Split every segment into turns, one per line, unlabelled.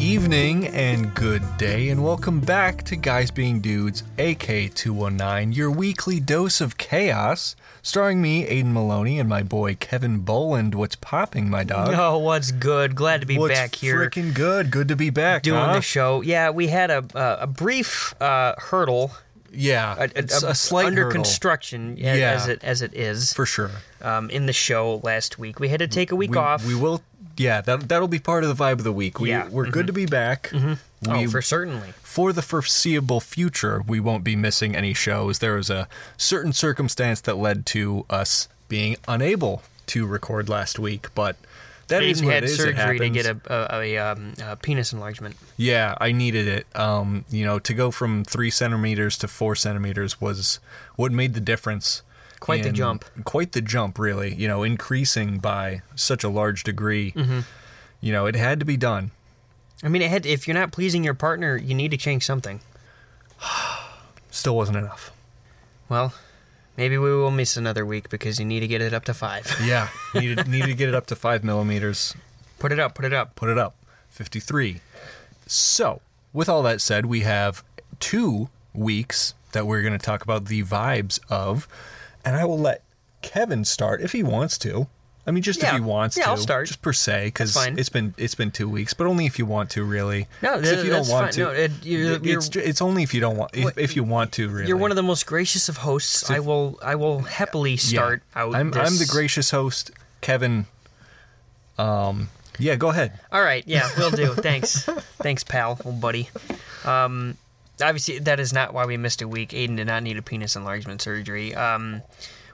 morning and good day, and welcome back to Guys Being Dudes, AK219, oh your weekly dose of chaos, starring me, Aiden Maloney, and my boy Kevin Boland. What's popping, my dog?
Oh, what's good? Glad to be
What's
back here
freaking good? Good to be back.
doing
huh?
the show. Yeah, we had a a, a brief uh, hurdle,
yeah,
a, a,
it's a, slight
under
hurdle,
construction a-
Yeah.
as it as it is
for sure.
um, in the show last week. We had to take a week
we,
off.
we will. Yeah, that that'll be part of the vibe of the week. We
Yeah, Mm-hmm.
we're good to be back.
oh,
We
for certainly.
for the foreseeable future, we won't be missing any shows. There was a certain circumstance that led to us being unable to record last week, but that is
Aiden
what
had
it is. It
surgery to
happens.
get a a, a, um, a penis enlargement.
yeah, I needed it. Um, you know, to go from three centimeters to four centimeters was what made the difference.
Quite the
in-
jump.
Quite the jump, really. You know, increasing by such a large degree.
Mm-hmm.
You know, it had to be done.
I mean, it had, if you're not pleasing your partner, you need to change something.
Still wasn't enough.
Well, maybe we will miss another week because you need to get it up to five.
Yeah, needed needed to get it up to five millimeters.
put it up. Put it up.
put it up 53 so with all that said we have two weeks that we're going to talk about the vibes of and i will let kevin start if he wants to i mean just if
Yeah.
he wants
Yeah,
to
I'll start.
just per se because
That's fine.
it's been it's been two weeks but only if you want to really
No,
'Cause
th-
if you
that's
don't want
fine.
to
No, it- you're-
it's, ju- it's only if you don't want if, if you want to really
You're one of the most gracious of hosts. I will I will happily
Yeah.
start out.
I'm,
this.
I'm the gracious host kevin um yeah go ahead
All right, yeah, will do. Thanks, thanks, pal, old buddy. Um, obviously, that is not why we missed a week. Aiden did not need a penis enlargement surgery. Um,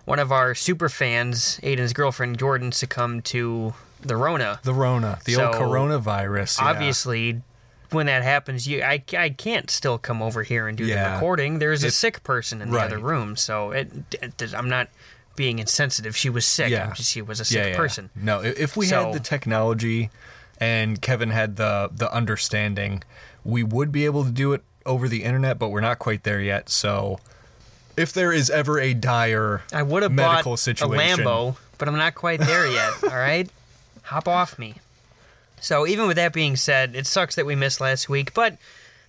one of our super fans, Aiden's girlfriend Jordan, succumbed to the Rona.
the rona the old
So,
coronavirus yeah.
Obviously, when that happens, you I, I can't still come over here and do
Yeah.
the recording. There is a
It-
sick person in
right.
the other room, so it, it- I'm not being insensitive. She was sick.
Yeah.
She was a sick person.
No, i- if we
So-
had the technology and Kevin had the the understanding, we would be able to do it over the internet, but we're not quite there yet. So if there is ever a dire
I would have bought
medical situation,
a Lambo, but I'm not quite there yet. all right, hop off me. So even with that being said, it sucks that we missed last week, but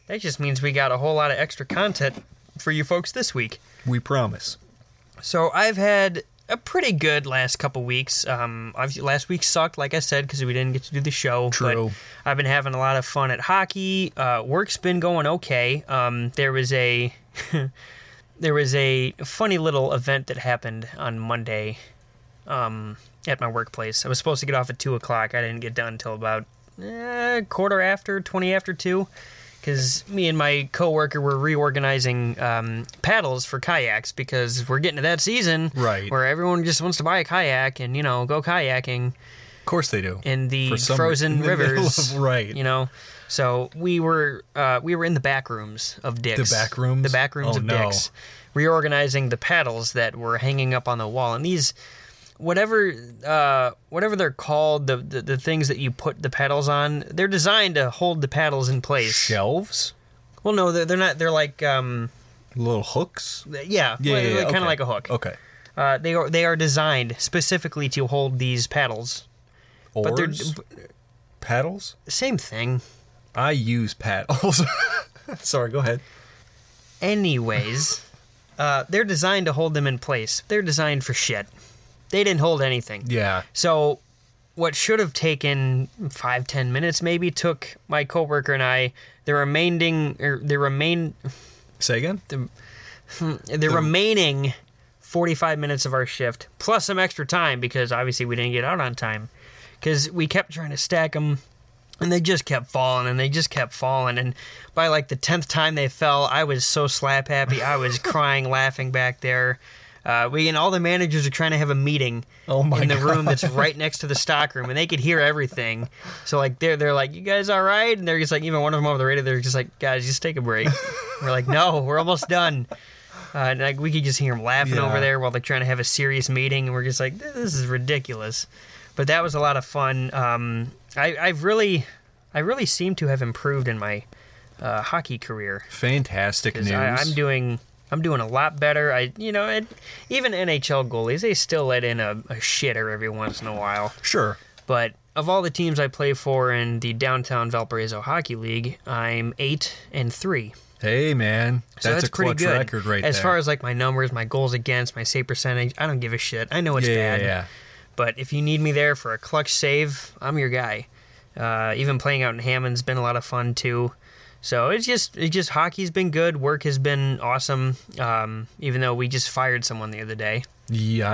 that just means we got a whole lot of extra content for you folks this week.
we promise.
So I've had a pretty good last couple weeks. Um, obviously last week sucked, like I said, because we didn't get to do the show.
True.
But I've been having a lot of fun at hockey. Uh, work's been going okay. Um, there was a there was a funny little event that happened on Monday um, at my workplace. I was supposed to get off at two o'clock. I didn't get done until about eh, quarter after, twenty after two, because me and my coworker were reorganizing um, paddles for kayaks because we're getting to that season
Right.
where everyone just wants to buy a kayak and you know go kayaking
Of course they do.
in the
For some
frozen
reason- in the middle
rivers,
of- right.
You know, so we were uh, we were in the back rooms of Dick's.
back rooms?
The back rooms
Oh,
of
no.
Dick's, reorganizing the paddles that were hanging up on the wall, and these. Whatever, uh, whatever they're called, the, the the things that you put the paddles on, they're designed to hold the paddles in place.
Shelves,
Well, no, they're, they're not. They're like, um,
little hooks.
yeah, kind of
okay.
like a hook.
Okay.
Uh, they are they are designed specifically to hold these paddles.
Oars,
But they're
paddles.
same thing.
I use paddles. Sorry, go ahead.
Anyways, uh, they're designed to hold them in place. They're designed for shit. They didn't hold anything.
Yeah.
So, what should have taken five ten minutes maybe took my coworker and I the remaining or the remain
Say again.
the, remaining forty five minutes of our shift plus some extra time because obviously we didn't get out on time because we kept trying to stack them. And they just kept falling, and they just kept falling, and by like the tenth time they fell, I was so slap happy. I was crying, laughing back there. Uh, we and all the managers are trying to have a meeting
Oh my
in the
God.
room that's right next to the stock room, and they could hear everything. So like they're they're like, "You guys all right?" And they're just like, even one of them over the radio, they're just like, "Guys, just take a break." we're like, "No, we're almost done." Uh, and like we could just hear them laughing
Yeah.
over there while they're trying to have a serious meeting, and we're just like, "This is ridiculous." But that was a lot of fun. Um, I, I've really, I really seem to have improved in my uh, hockey career.
Fantastic news.
'Cause I, I'm doing I'm doing a lot better. I you know it, even NHL goalies they still let in a, a shitter every once in a while,
sure.
but of all the teams I play for in the downtown Valparaiso Hockey League, I'm eight and three.
Hey, man.
So
that's,
that's,
a
pretty
clutch
good.
record right
as
there.
far as like my numbers, my goals against, my save percentage, I don't give a shit. I know it's
yeah,
bad.
yeah, yeah.
But if you need me there for a clutch save, I'm your guy. Uh, even playing out in Hammond's been a lot of fun too. So it's just it's just hockey's been good. Work has been awesome. Um, even though we just fired someone the other day.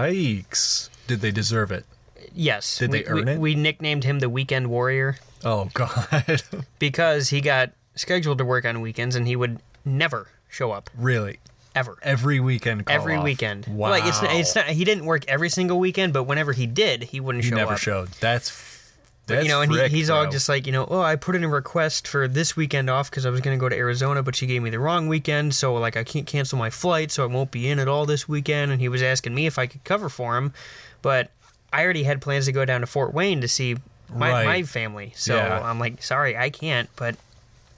Yikes. Did they deserve it?
Yes.
Did
we,
they earn
we,
it?
We nicknamed him the Weekend Warrior
Oh, God.
because he got scheduled to work on weekends and he would never show up
really?
ever.
Every weekend call
every
off.
weekend.
Wow.
Like it's it's not he didn't work every single weekend, but whenever he did, he wouldn't
He
show
never
up.
showed. That's, f- that's
you know, and he,
frick,
he's all
bro.
just like, you know, oh, I put in a request for this weekend off because I was going to go to Arizona, but she gave me the wrong weekend, so like I can't cancel my flight, so I won't be in at all this weekend. And he was asking me if I could cover for him, but I already had plans to go down to Fort Wayne to see my,
Right.
my family, so
Yeah.
I'm like, sorry, I can't. But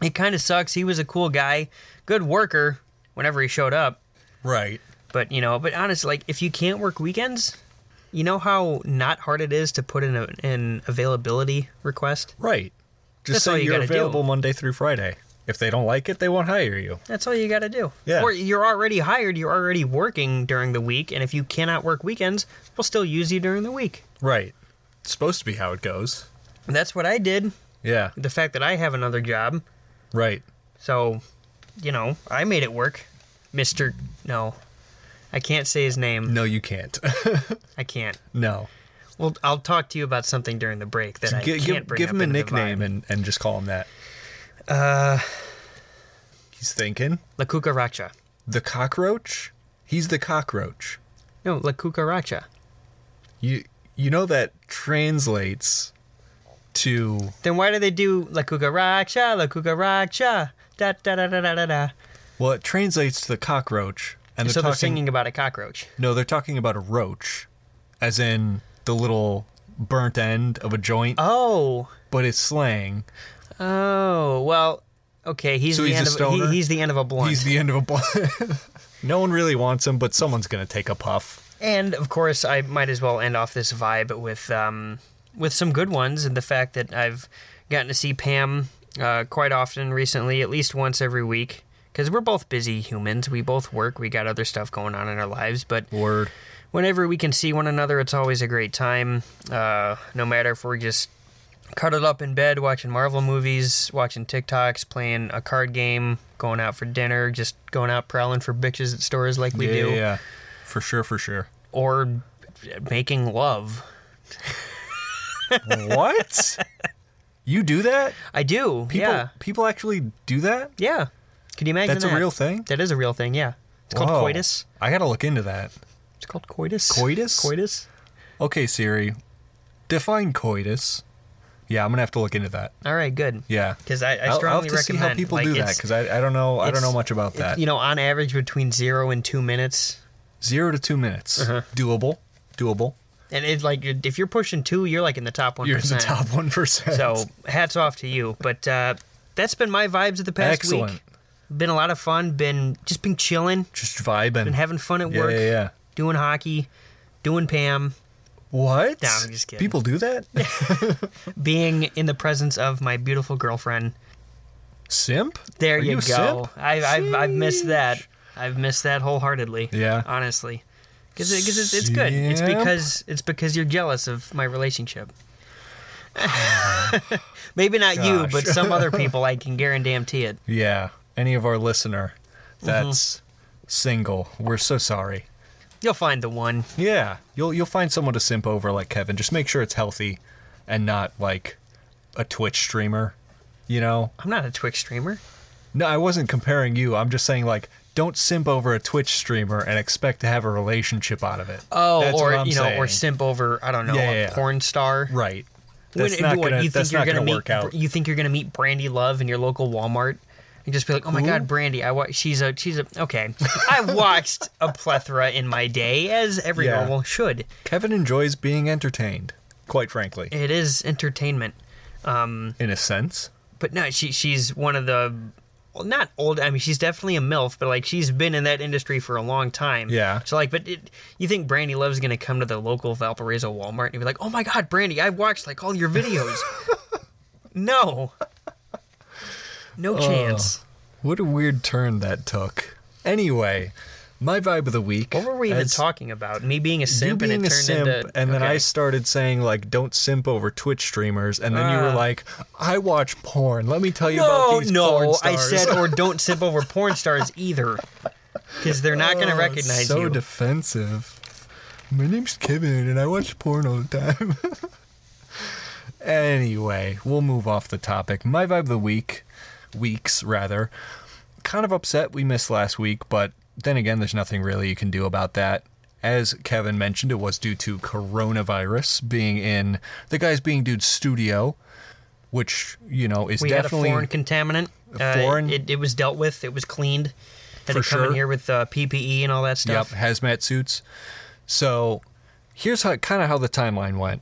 it kind of sucks. He was a cool guy, good worker. Whenever he showed up,
Right.
but you know, but honestly, like if you can't work weekends, you know how not hard it is to put in a, an availability request.
Right. Just
That's all
say
you
you are
gotta do.
available Monday through Friday. If they don't like it, they won't hire you.
That's all you got to do.
Yeah.
Or you're already hired. You're already working during the week, and if you cannot work weekends, we'll still use you during the week.
Right. It's supposed to be how it goes.
And that's what I did.
Yeah.
The fact that I have another job,
Right.
so you know, I made it work, Mister. No, I can't say his name.
No, you can't.
I can't.
no.
Well, I'll talk to you about something during the break that I
Gi-
can't
give
bring
give
up
him a
into the
nickname
vibe.
and, and just call him that. Uh, he's thinking
La Cucaracha.
the cockroach. He's the cockroach.
No, La Cucaracha.
You you know that translates to
Then why do they do La Cucaracha, La Cucaracha, da da da da da da da?
well, it translates to the cockroach, and they're
So they're
talking.
singing about a cockroach.
No, they're talking about a roach, as in the little burnt end of a joint,
Oh,
but it's slang.
oh, well, okay. He's
So
the
he's
end
a
of
stoner?
He, he's the end of a blunt.
He's the end of a blunt. no one really wants him, but someone's gonna take a puff.
and of course, I might as well end off this vibe with um with some good ones and the fact that I've gotten to see Pam uh, quite often recently, at least once every week. Because we're both busy humans. We both work. We got other stuff going on in our lives. But
Word.
whenever we can see one another, it's always a great time. Uh, no matter if we're just cuddled up in bed watching Marvel movies, watching TikToks, playing a card game, going out for dinner, just going out prowling for bitches at stores like we
yeah,
do,
yeah, yeah. for sure, for sure.
or making love.
what? You do that?
I do.
People,
Yeah.
people actually do that?
Yeah. Could you imagine
That's
that?
a real thing.
That is a real thing. Yeah. It's called
Whoa.
coitus.
I gotta look into that.
It's called coitus.
Coitus?
Coitus.
Okay, Siri, define coitus. Yeah, I'm gonna have to look into that.
All right. Good.
Yeah,
'Cause I- I
I'll- I'll have
strongly
to see how
recommend,
people
like,
do that
it's-
because I, I don't know I don't
it's-
know much about that.
You know, on average, between zero and two minutes.
Zero to two minutes,
Uh-huh.
doable, doable.
And it's like if you're pushing two, you're like in the top one
You're in the top one percent.
So hats off to you. But uh, that's been my vibes of the past
excellent,
week. Been a lot of fun. Been just been chilling,
just vibing.
been having fun at
yeah,
work,
yeah, yeah.
doing hockey, doing Pam,
What?
No, I'm just kidding.
People do that?
being in the presence of my beautiful girlfriend.
simp?
There
Are
you,
you a
go.
simp?
I've, I've I've missed that. I've missed that wholeheartedly.
Yeah.
honestly, because it's, it's good. It's
Simp.
because it's because you're jealous of my relationship. Maybe not you,
Gosh.
but some other people. I can guarantee it.
Yeah. Any of our listener that's
Mm-hmm.
single, we're so sorry.
You'll find the one.
Yeah, you'll you'll find someone to simp over like Kevin. Just make sure it's healthy, and not like a Twitch streamer. You know?
I'm not a Twitch streamer.
No, I wasn't comparing you. I'm just saying like don't simp over a Twitch streamer and expect to have a relationship out of it.
Oh,
That's
or
what I'm
you know, or
saying.
simp over I don't know
Yeah,
a
yeah, yeah.
porn star.
Right.
When-
That's not
what,
gonna,
you think
that's
you're
not gonna,
meet,
work out.
You think you're gonna meet Brandy Love in your local Walmart and just be like, oh my
Who?
god, Brandy, I wa- she's a she's a okay. I watched a plethora in my day, as every
Yeah.
normal should.
Kevin enjoys being entertained, quite frankly,
It is entertainment,
in a sense.
but no, she she's one of the well, not old. I mean, she's definitely a MILF, but like she's been in that industry for a long time.
Yeah.
So like, but it, you think Brandy Love's gonna come to the local Valparaiso Walmart and be like, "Oh my God, Brandy, I watched like all your videos." no. No chance.
What a weird turn that took. Anyway, my vibe of the week.
What were we even
as
talking about? Me being a
You
simp
being
and
a
it turned
simp,
into
and then I
okay.
started saying like, "Don't simp over Twitch streamers," and then you were
Ah.
like, "I watch porn. Let me tell you
No,
about these porn
no, I
stars."
said or don't simp over porn stars either. Because they're not gonna recognize
Oh, so
you.
defensive. My name's Kevin, and I watch porn all the time. anyway, we'll move off the topic. My vibe of the week, weeks rather. Kind of upset we missed last week, but then again, there's nothing really you can do about that. As Kevin mentioned, it was due to coronavirus being in the guys being dude's studio, which you know is
we had a
definitely
foreign contaminant. Uh,
foreign-
It, it was dealt with. It was cleaned. Had
For
to come
sure.
in here with uh, PPE and all that stuff.
Yep, hazmat suits. So here's how kind of how the timeline went,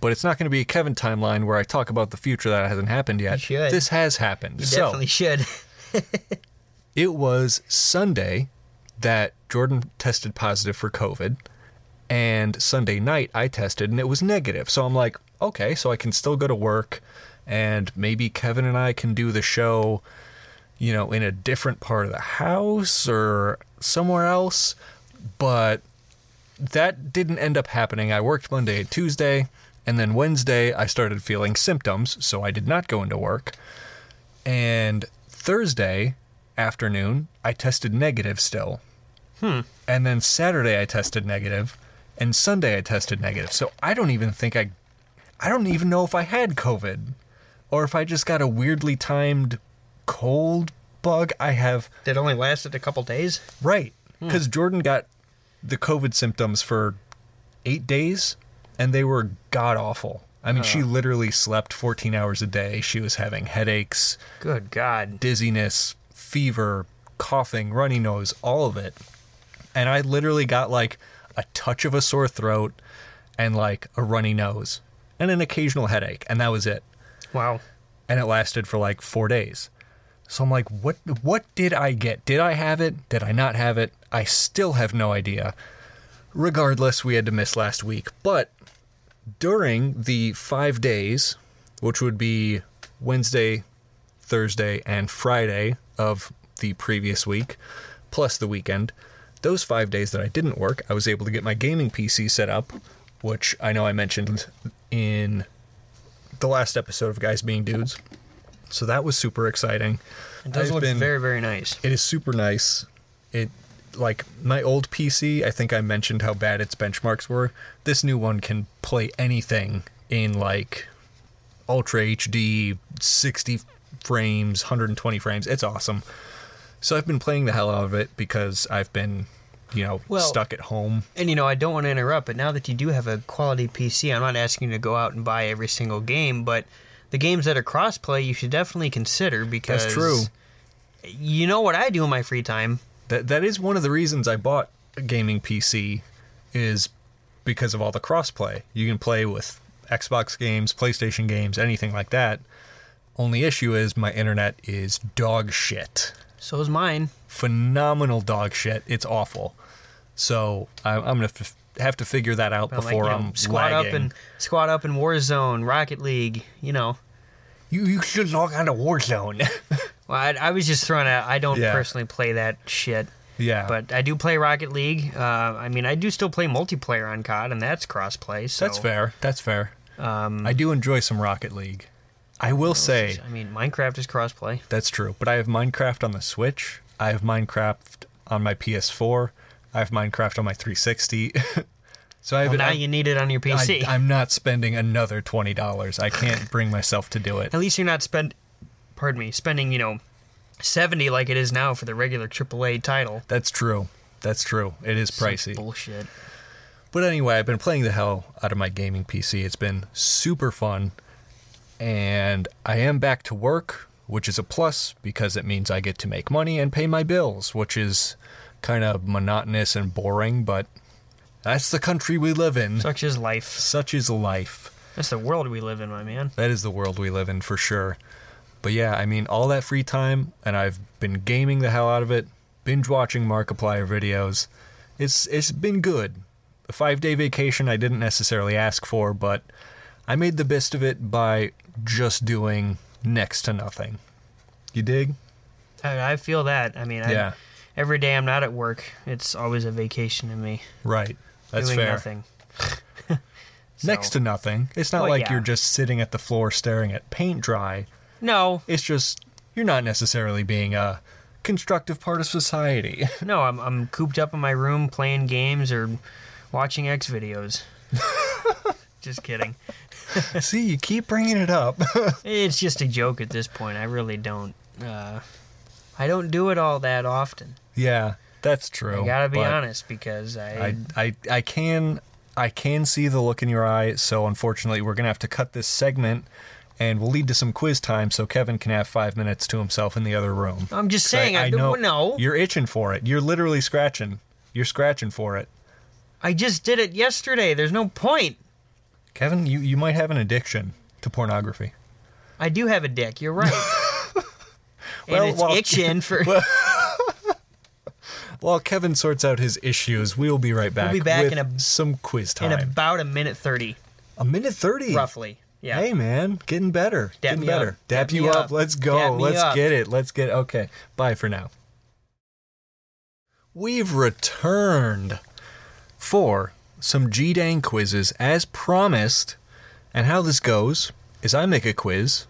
but it's not going to be a Kevin timeline where I talk about the future that hasn't happened yet.
should.
This has happened.
You
so
definitely should.
it was Sunday that Jordan tested positive for COVID, and Sunday night I tested and it was negative. So I'm like, okay, so I can still go to work, and maybe Kevin and I can do the show, you know, in a different part of the house or somewhere else. But that didn't end up happening. I worked Monday and Tuesday, and then Wednesday I started feeling symptoms, so I did not go into work. And Thursday afternoon, I tested negative still. Hmm. And then Saturday I tested negative, and Sunday I tested negative. So I don't even think I I don't even know if I had COVID or if I just got a weirdly timed cold bug. I have
That only lasted a couple days.
Right. Because Jordan got the COVID symptoms for eight days and they were god awful. I mean, she literally slept 14 hours a day. She was having headaches,
Good God.
dizziness, fever, coughing, runny nose, all of it. And I literally got like a touch of a sore throat and like a runny nose and an occasional headache. And that was it
Wow.
and it lasted for like four days. So I'm like, what? What did I get? Did I have it? Did I not have it? I still have no idea. Regardless, we had to miss last week, but during the five days, which would be Wednesday, Thursday, and Friday of the previous week, plus the weekend, those five days that I didn't work, I was able to get my gaming PC set up, which I know I mentioned in the last episode of Guys Being Dudes. So that was super exciting.
It does
I've
look
been-
very, very nice.
It is super nice. It like my old PC, I think I mentioned how bad its benchmarks were. This new one can play anything in like ultra HD, 60 frames, 120 frames. It's awesome. So I've been playing the hell out of it because I've been, you know,
Well-
stuck at home.
And you know, I don't want to interrupt, but now that you do have a quality PC, I'm not asking you to go out and buy every single game, but the games that are crossplay, you should definitely consider because
true.
You know what I do in my free time?
That that is one of the reasons I bought a gaming PC is because of all the crossplay. You can play with Xbox games, PlayStation games, anything like that. Only issue is my internet is dog shit.
So is mine.
Phenomenal dog shit. It's awful. So I, I'm gonna f- have to figure that out
But, like,
before
you know,
I'm
squad
lagging.
up and squad up in Warzone, Rocket League. You know,
you you should log on to Warzone.
well, I, I was just throwing out. I don't
Yeah.
personally play that shit,
yeah,
but I do play Rocket League. Uh, I mean, I do still play multiplayer on COD, and that's crossplay. So Um,
that's fair. That's fair. I do enjoy some Rocket League. I will say.
I mean, Minecraft is crossplay.
That's true. But I have Minecraft on the Switch. I have Minecraft on my PS4. I have Minecraft on my 360. so I have
Well,
it.
now
I,
you need it on your PC.
I, am not spending another twenty dollars. I can't bring myself to do it.
At least you're not spend. Pardon me, spending you know. 70 like it is now for the regular AAA title.
That's true. That's true. It is pricey.
Bullshit.
But anyway, I've been playing the hell out of my gaming PC. It's been super fun. And I am back to work, which is a plus because it means I get to make money and pay my bills, which is kind of monotonous and boring, but that's the country we live in.
Such is life.
Such is life.
That's the world we live in, my man.
That is the world we live in for sure. But yeah, I mean, all that free time, and I've been gaming the hell out of it, binge watching Markiplier videos. It's it's been good. A five day vacation I didn't necessarily ask for, but I made the best of it by just doing next to nothing. You dig?
I, I feel that. I mean, I,
Yeah.
every day I'm not at work, it's always a vacation to me.
Right. That's
doing
fair.
nothing. So-
Next to nothing. It's not
Well,
like
yeah.
you're just sitting at the floor staring at paint dry.
no,
It's just you're not necessarily being a constructive part of society.
no, I'm I'm cooped up in my room playing games or watching X videos. just kidding.
See, you keep bringing it up.
It's just a joke at this point. I really don't. Uh, I don't do it all that often.
yeah, that's true.
I gotta be
but
honest because I,
I, I I can I can see the look in your eye, so unfortunately we're gonna have to cut this segment and we'll lead to some quiz time so Kevin can have five minutes to himself in the other room.
I am just saying I,
know
don't know.
You're itching for it. You're literally scratching. You're scratching for it.
I just did it yesterday. There's no point.
Kevin, you, you might have an addiction to pornography.
I do have a dick. You're right.
Well,
and it's
well-
itching for.
While Kevin sorts out his issues, we'll be right back.
be back
with
in a-
some quiz
in
time.
about a minute thirty,
a minute thirty,
roughly. Yeah.
Hey man, getting better.
Dap
getting
me
better.
up.
Dap,
Dap
you
me
up.
up.
Let's go.
Dap me
Let's
up.
get it. Let's get okay. Bye for now. We've returned for some G Dang quizzes as promised. And how this goes is I make a quiz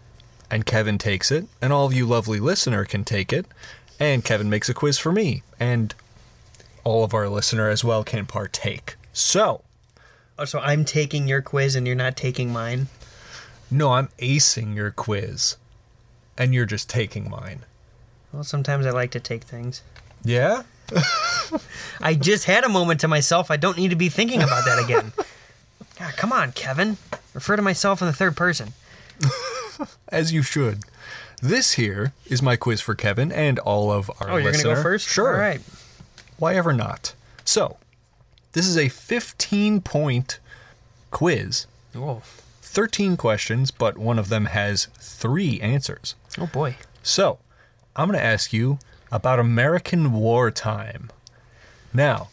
and Kevin takes it, and all of you lovely listener can take it, and Kevin makes a quiz for me, and all of our listener as well can partake. So
Oh, so I'm taking your quiz and you're not taking mine.
No, I'm acing your quiz, and you're just taking mine.
Well, sometimes I like to take things.
Yeah?
I just had a moment to myself. I don't need to be thinking about that again. God, come on, Kevin. Refer to myself in the third person.
As you should. This here is my quiz for Kevin and all of our
Oh, you're gonna go
listener.
first.
Sure.
All right.
Why ever not? So, this is a 15 point quiz.
Oh,
13 questions, but one of them has three answers.
oh boy.
So, I'm going to ask you about American wartime. Now,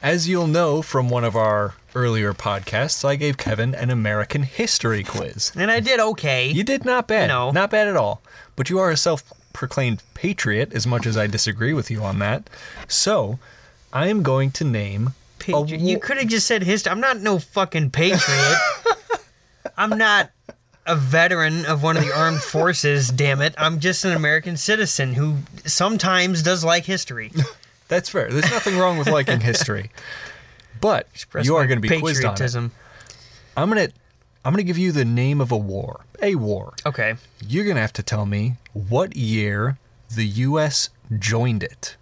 as you'll know from one of our earlier podcasts, I gave Kevin an American history quiz.
And I did okay.
You did not bad.
No.
Not bad at all. But you are a self proclaimed patriot, as much as I disagree with you on that. So, I am going to name. a
Patri- you
wa-
could have just said history. I'm not no fucking patriot. I'm not a veteran of one of the armed forces. Damn it! I'm just an American citizen who sometimes does like history.
That's fair. There's nothing wrong with liking history. But
Express
you
my
are going to be quizzed on it.
patriotism.
I'm gonna I'm gonna give you the name of a war. A war.
Okay.
You're gonna have to tell me what year the US joined it.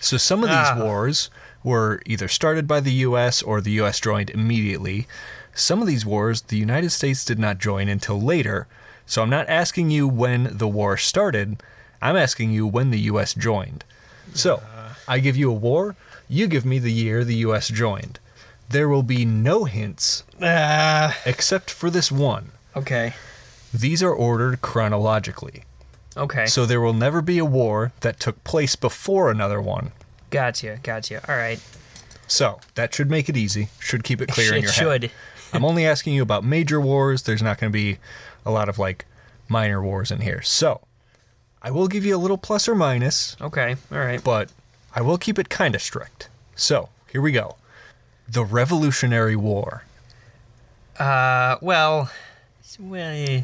So some of these
Ah.
wars were either started by the US or the US joined immediately. Some of these wars the United States did not join until later. So I'm not asking you when the war started. I'm asking you when the US joined. So, I give you a war, you give me the year the US joined. There will be no hints Ah.
Uh,
except for this one.
okay.
These are ordered chronologically.
Okay.
So there will never be a war that took place before another one.
Gotcha, gotcha. All right.
So that should make it easy. Should keep it clear in
it
your
should.
head. I'm only asking you about major wars. There's not going to be a lot of like minor wars in here. So I will give you a little plus or minus,
Okay, all right.
but I will keep it kind of strict. So here we go. The Revolutionary War.
Uh, well, it's- well, eh.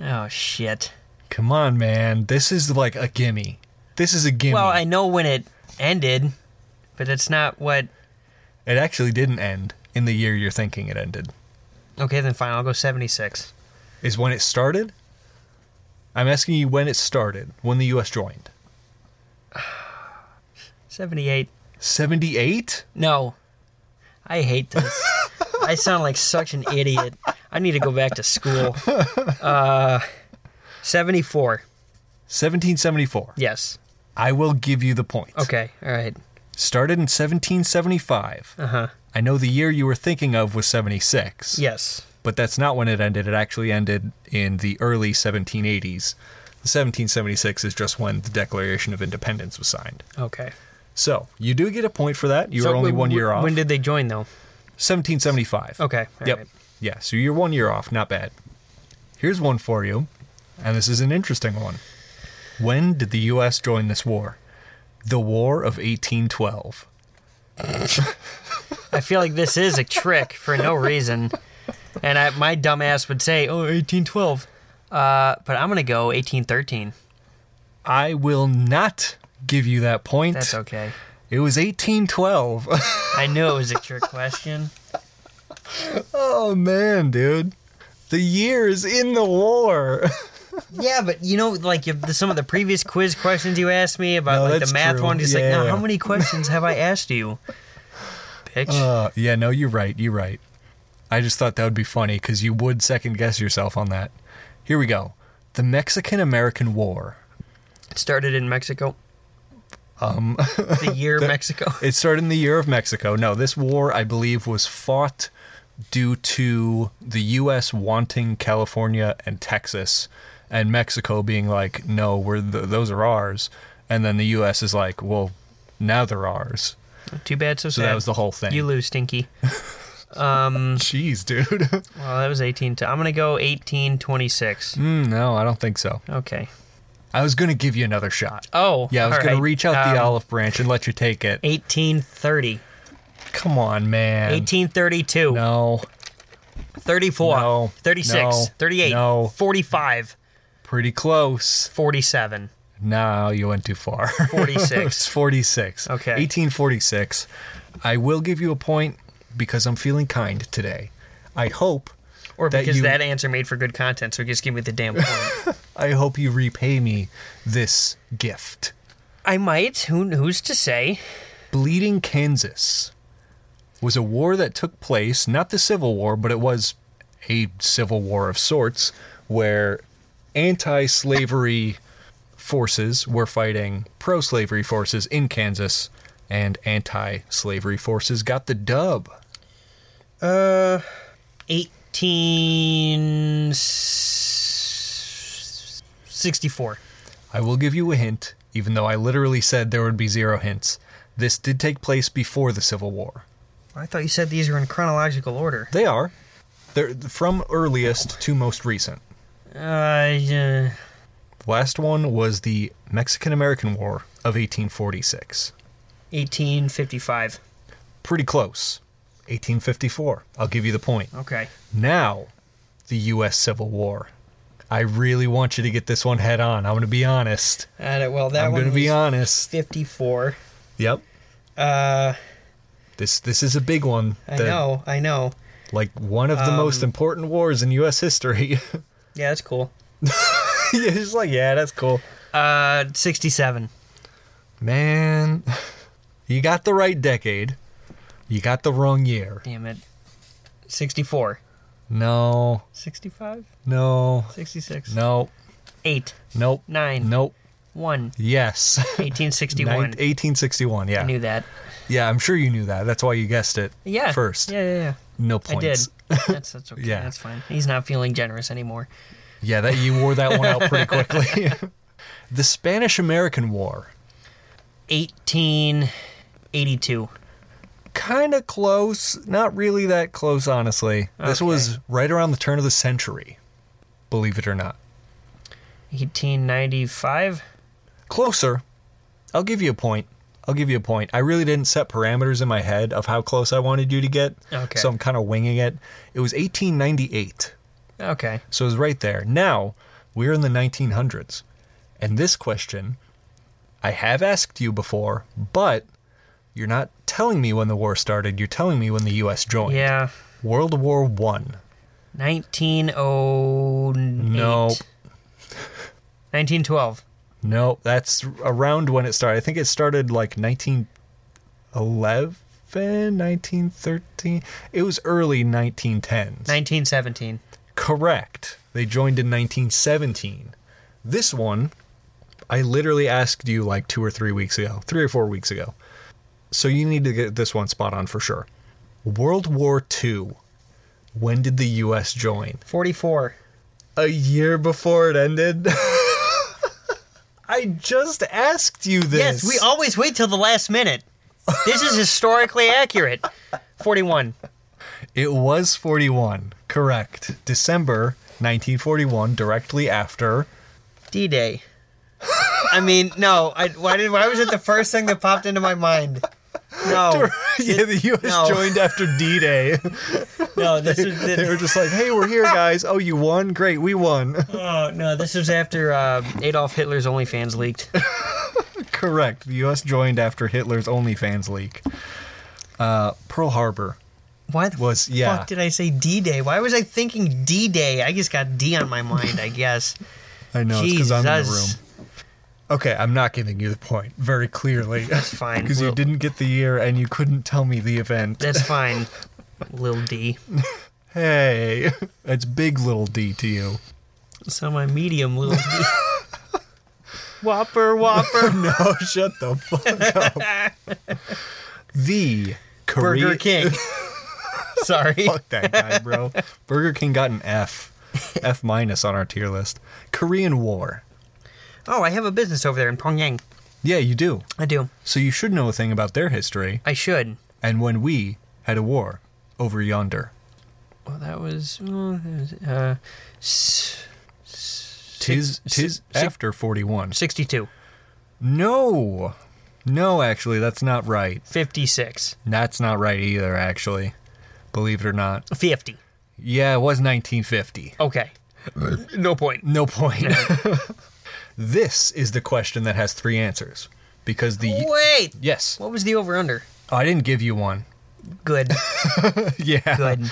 oh shit.
Come on, man. This is like a gimme. This is a gimme.
Well, I know when it ended, but that's not what.
It actually didn't end in the year you're thinking it ended.
Okay, then fine. I'll go seventy-six.
Is when it started? I'm asking you when it started, when the US joined.
78.
78?
No. I hate this. I sound like such an idiot. I need to go back to school. Uh, 74.
1774.
Yes.
I will give you the point.
Okay. All right.
Started in 1775.
Uh huh.
I know the year you were thinking of was 76.
Yes.
but that's not when it ended. It actually ended in the early 1780s. The 1776 is just when the Declaration of Independence was signed.
Okay.
So you do get a point for that. You're
So
only
wait,
one year
wh-
off.
When did they join though?
1775.
Okay. all
Yep.
right.
Yeah, so you're one year off. Not bad. Here's one for you, and this is an interesting one. When did the U.S. join this war? The War of 1812.
I feel like this is a trick for no reason. And I, my dumb ass would say, oh, 1812. Uh, but I'm going to go 1813.
I will not give you that point.
That's okay.
It was 1812.
I knew it was a trick question.
oh, man, dude. The years in the war.
Yeah, but you know, like if the, some of the previous quiz questions you asked me about,
No,
like
that's
the math
true.
one, just like, now
Yeah.
how many questions have I asked you, bitch?
Uh, yeah, no, you're right. You're right. I just thought that would be funny because you would second guess yourself on that. Here we go. The Mexican American War.
it started in Mexico. Um, the year Mexico.
It started in the year of Mexico. No, this war, I believe, was fought due to the U.S. wanting California and Texas, and Mexico being like, "No, we're th those are ours," and then the U.S. is like, "Well, now they're ours."
Too bad, so
So
sad.
that was the whole thing.
You lose, Stinky.
Mm, Jeez, dude.
Well, that was 18. To, I'm gonna go 1826.
Mm, no, I don't think so.
Okay.
I was gonna give you another shot.
Oh,
Yeah, I was
all
gonna
right.
reach out the
Um,
olive branch and let you take it.
1830.
Come on, man.
1832.
No,
34.
No.
36.
No.
38.
No.
45.
pretty close.
47.
No, you went too far.
46.
It's 46.
Okay.
1846. I will give you a point because I'm feeling kind today. I hope
Or
That
because
you-
that answer made for good content, so just give me the damn point.
I hope you repay me this gift.
I might. Who, who's to say?
Bleeding Kansas was a war that took place, not the Civil War, but it was a civil war of sorts where anti slavery forces were fighting pro slavery forces in Kansas, and anti slavery forces got the dub.
1864.
I will give you a hint, even though I literally said there would be zero hints. This did take place before the Civil War.
I thought you said these were in chronological order.
They are. They're from earliest to most recent.
Uh, yeah.
The last one was the Mexican American War of 1846.
1855.
Pretty close. 1854. I'll give you the point.
Okay.
Now, the U.S. Civil War. I really want you to get this one head on. I'm going to be honest.
And it, Uh, well, that
I'm
one
going to
was
be honest.
54.
Yep.
Uh,
This this is a big one.
I
The-
know, I know.
Like one of the most
Um,
important wars in U.S. history.
Yeah, that's cool.
yeah, just like, yeah, that's cool.
Uh, 67.
Man, you got the right decade. You got the wrong year.
Damn it. 64.
No,
65?
no,
66.
no,
8.
nope,
9.
nope.
1.
Yes.
1861.
Nine- 1861, yeah.
I knew that.
Yeah, I'm sure you knew that. That's why you guessed it
Yeah.
first.
Yeah, yeah, yeah.
No
I did.
points.
That's, that's okay.
Yeah.
That's fine. He's not feeling generous anymore.
Yeah, that you wore that one out pretty quickly. the Spanish American War.
1882.
Kind of close, not really that close, honestly. This
Okay.
was right around the turn of the century, believe it or not.
1895.
closer. I'll give you a point. I'll give you a point. I really didn't set parameters in my head of how close I wanted you to get.
Okay.
So I'm kind of winging it. It was 1898.
Okay.
So it was right there. Now we're in the 1900s. And this question I have asked you before, but you're not telling me when the war started. You're telling me when the U.S. joined.
Yeah.
World War One.
1908.
Nope.
1912.
No, that's around when it started. I think it started like 1911, 1913. It was early 1910s.
1917.
Correct. They joined in 1917. This one, I literally asked you like two or three weeks ago, three or four weeks ago. So you need to get this one spot on for sure. World War II When did the U.S. join?
44.
A year before it ended. I just asked you this.
Yes, we always wait till the last minute. This is historically accurate. 41.
It was 41, correct. December 1941, directly after.
D Day. I mean, no. I, why did? Why was it the first thing that popped into my mind? No,
yeah, the U.S.
no.
joined after D Day.
no. This is
they were just like, hey, we're here, guys. Oh, you won? Great, we won.
oh, no. This was after uh, Adolf Hitler's OnlyFans leaked.
correct. The U.S. joined after Hitler's OnlyFans leak. Uh, Pearl Harbor.
Why the
Was-
fuck
yeah.
did I say D Day? Why was I thinking D Day? I just got D on my mind. I guess.
I know, it's because I'm in the
Jesus.
room. Okay, I'm not giving you the point very clearly.
That's fine.
Because you
Lil-
didn't get the year and you couldn't tell me the event.
That's fine. Lil D.
Hey, that's big little D to you.
So my medium Lil D. Whopper, whopper.
No, Oh, shut the fuck up. the Korea-
Burger King. Sorry.
Fuck that guy, bro. Burger King got an F, F minus on our tier list. Korean War.
Oh, I have a business over there in Pyongyang.
Yeah, you do.
I do.
So you should know a thing about their history
I should.
and when we had a war over yonder.
Well, that was. well, that was, Uh, s-
Tis tis
six-
after forty one.
62.
No, no, actually, that's not right.
56.
That's not right either. Actually, believe it or not.
50.
Yeah, it was 1950.
Okay. no point.
No point. this is the question that has three answers because the
Wait.
yes,
What was the over under?
I didn't give you one.
Good.
yeah,
Good.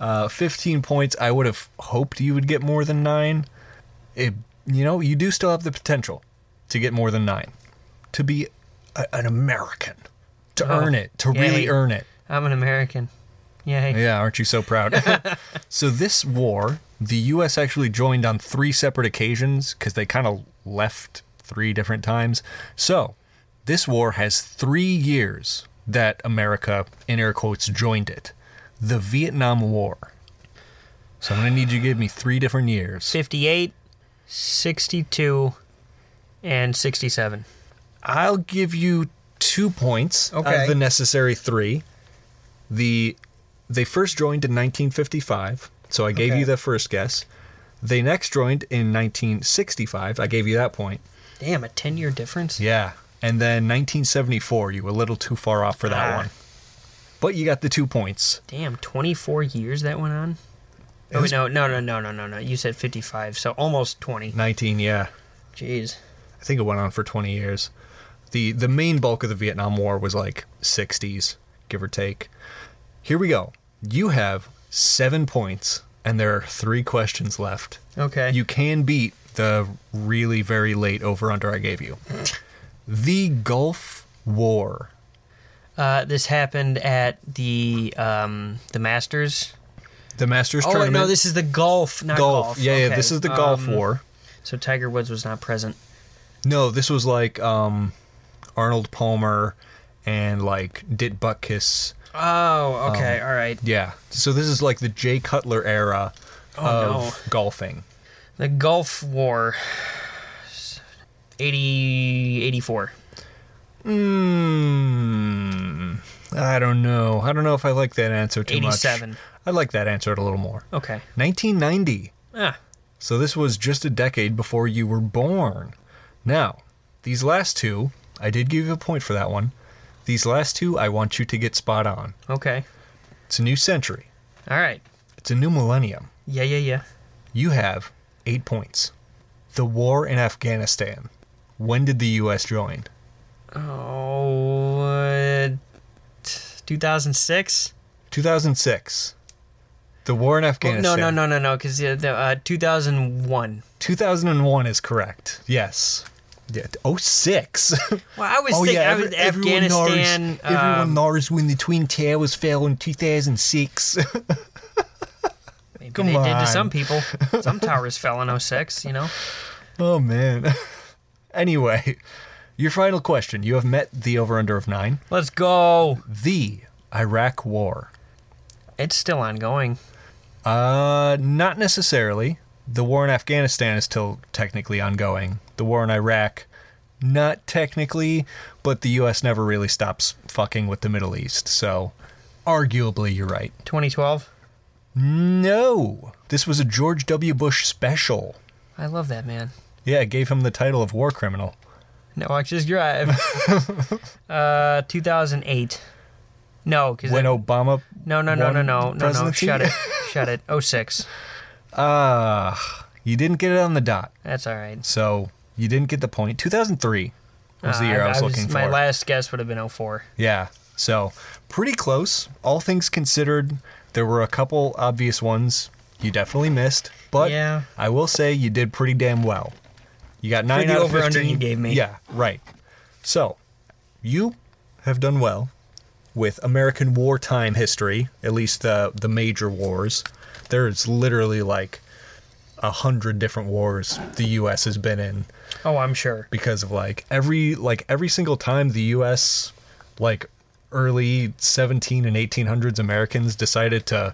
Uh, 15 points. I would have hoped you would get more than nine. It, you know, you do still have the potential to get more than nine, to be a, an American, to
Oh,
earn it, to really
yay.
earn it.
I'm an American. Yay.
Yeah, aren't you so proud? so this war, the U.S. actually joined on three separate occasions because they kind of left three different times. So this war has three years that America, in air quotes, joined it. The Vietnam War. So I'm gonna need you to give me three different years.
58, 62, and 67.
I'll give you two points out
Okay.
of the necessary three. The they first joined in 1955, so I gave
Okay.
you the first guess. They next joined in 1965. I gave you that point.
Damn, a 10 year difference?
Yeah, and then 1974. You were a little too far off for that
Ah.
one, but you got the two points.
Damn, 24 years that went on?
It
Oh,
was-
no, no, no, no, no, no, no. You said 55, so almost 20.
19. Yeah,
Jeez.
I think it went on for 20 years. The the main bulk of the Vietnam War was like 60s, give or take. Here we go. You have 7 points and there are 3 questions left.
Okay.
You can beat the really very late over under I gave you. The Gulf War.
Uh, this happened at the um, the Masters.
The Masters
Oh wait,
tournament.
no, this is the golf, not golf.
Gulf. Yeah, yeah,
Okay.
this is the Gulf
Um,
War.
So Tiger Woods was not present.
No, this was like um Arnold Palmer and like Dit Butkus.
Oh, okay, all right.
Yeah. So this is like the Jay Cutler era of golfing.
The Gulf War, 80, 84.
Hmm. I don't know. I don't know if I like that answer too much.
87.
I like that answer a little more.
Okay.
1990.
Ah,
So this was just a decade before you were born. Now, these last two, I did give you a point for that one. These last two, I want you to get spot on.
okay.
It's a new century.
All right.
It's a new millennium.
Yeah, yeah, yeah.
You have eight points. The war in Afghanistan. When did the U.S. join?
Oh, uh, t- 2006?
2006. The war in
Well,
Afghanistan.
Oh, no, no, no, no, no, because uh, the, uh, 2001.
2001 is correct. Yes. Yeah. Oh, six.
Well, I was
oh,
thinking
yeah.
I was
every- everyone knows-
Afghanistan.
everyone
um,
knows when the Twin Towers fell in 2006.
maybe
Come
they did
on.
to some people. Some towers fell in 06, you know?
oh, man. anyway, your final question. You have met the over under of nine.
Let's go.
The Iraq War.
It's still ongoing.
Uh, not necessarily. The war in Afghanistan is still technically ongoing. The war in Iraq, not technically, but the U.S. never really stops fucking with the Middle East. So, arguably, you're right.
2012.
No, this was a George W. Bush special.
I love that man.
Yeah, it gave him the title of war criminal.
No, Watches Drive. uh, 2008. No, because
When Obama,
no, no, no, no,
won
no, no, no.
presidency?
Shut it. Shut it. 06.
uh, you didn't get it on the dot,
That's all right.
so you didn't get the point. 2003 was the
Uh,
year I, was looking
My
for.
last guess would have been 04.
Yeah. So pretty close. All things considered, there were a couple obvious ones you definitely missed, but
Yeah.
I will say you did pretty damn well. You got nine
the
out of
over
15.
under you gave me.
Yeah, right. So you have done well with American wartime history, at least the the major wars. There's literally like a hundred different wars the U.S. has been in
Oh, I'm sure.
because of like every like every single time the US like early 17 and 1800s Americans decided to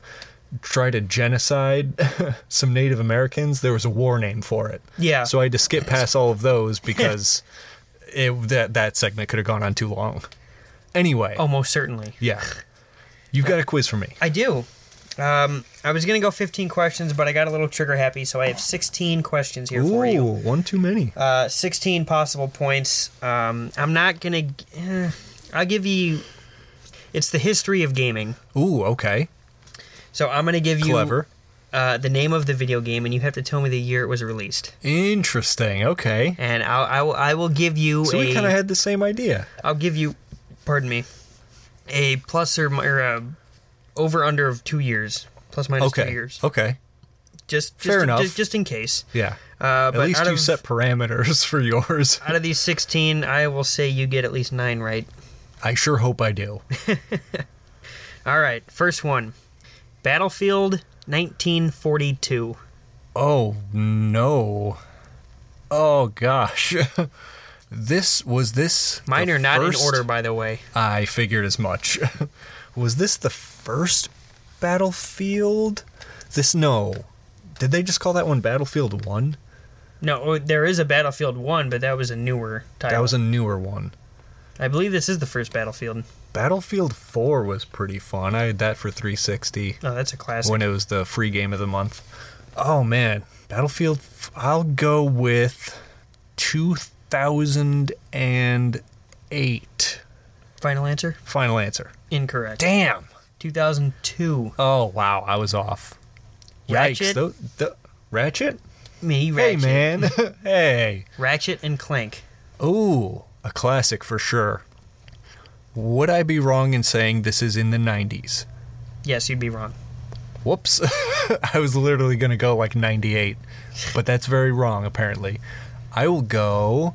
try to genocide some Native Americans there was a war name for it.
Yeah.
So I had to skip past all of those because it that that segment could have gone on too long. Anyway,
Almost certainly.
yeah. You've got a quiz for me.
I do. Um, I was gonna go 15 questions, but I got a little trigger happy, so I have 16 questions here for you.
one too many.
Uh, 16 possible points. Um, I'm not gonna. g- eh, I'll give you. It's the history of gaming.
Ooh, okay.
So I'm gonna give you
Clever.
uh, the name of the video game, and you have to tell me the year it was released.
Interesting. Okay.
And I'll, I will, I will give you
So
a.
we kind of had the same idea.
I'll give you, pardon me, a plus or, mi- or a over under of two years, plus minus
Okay.
two years.
Okay.
Just, just
Fair enough.
Just, just in case.
Yeah.
Uh,
At
but
least
out
you
of,
set parameters for yours.
out of these 16, I will say you get at least nine right.
I sure hope I do.
All right, first one Battlefield 1942.
Oh no. Oh gosh. this was this
Mine
the
are not
first-
in order, by the way.
I figured as much. was this the first Battlefield? This no. Did they just call that one Battlefield 1?
No, oh, there is a Battlefield 1, but that was a newer title.
That was a newer one.
I believe this is the first Battlefield.
Battlefield 4 was pretty fun. I had that for 360.
Oh, that's a classic.
when it was the free game of the month. Oh man, Battlefield. f- I'll go with 2008.
Final answer?
Final answer.
Incorrect.
Damn.
2002.
Oh wow, I was off.
Ratchet?
Tho- tho- Ratchet?
Me,
Hey
Ratchet.
man. hey.
Ratchet and Clank.
Ooh, a classic for sure. Would I be wrong in saying this is in the 90s?
Yes, you'd be wrong.
Whoops. I was literally going to go like 98, but that's very wrong, apparently. I will go.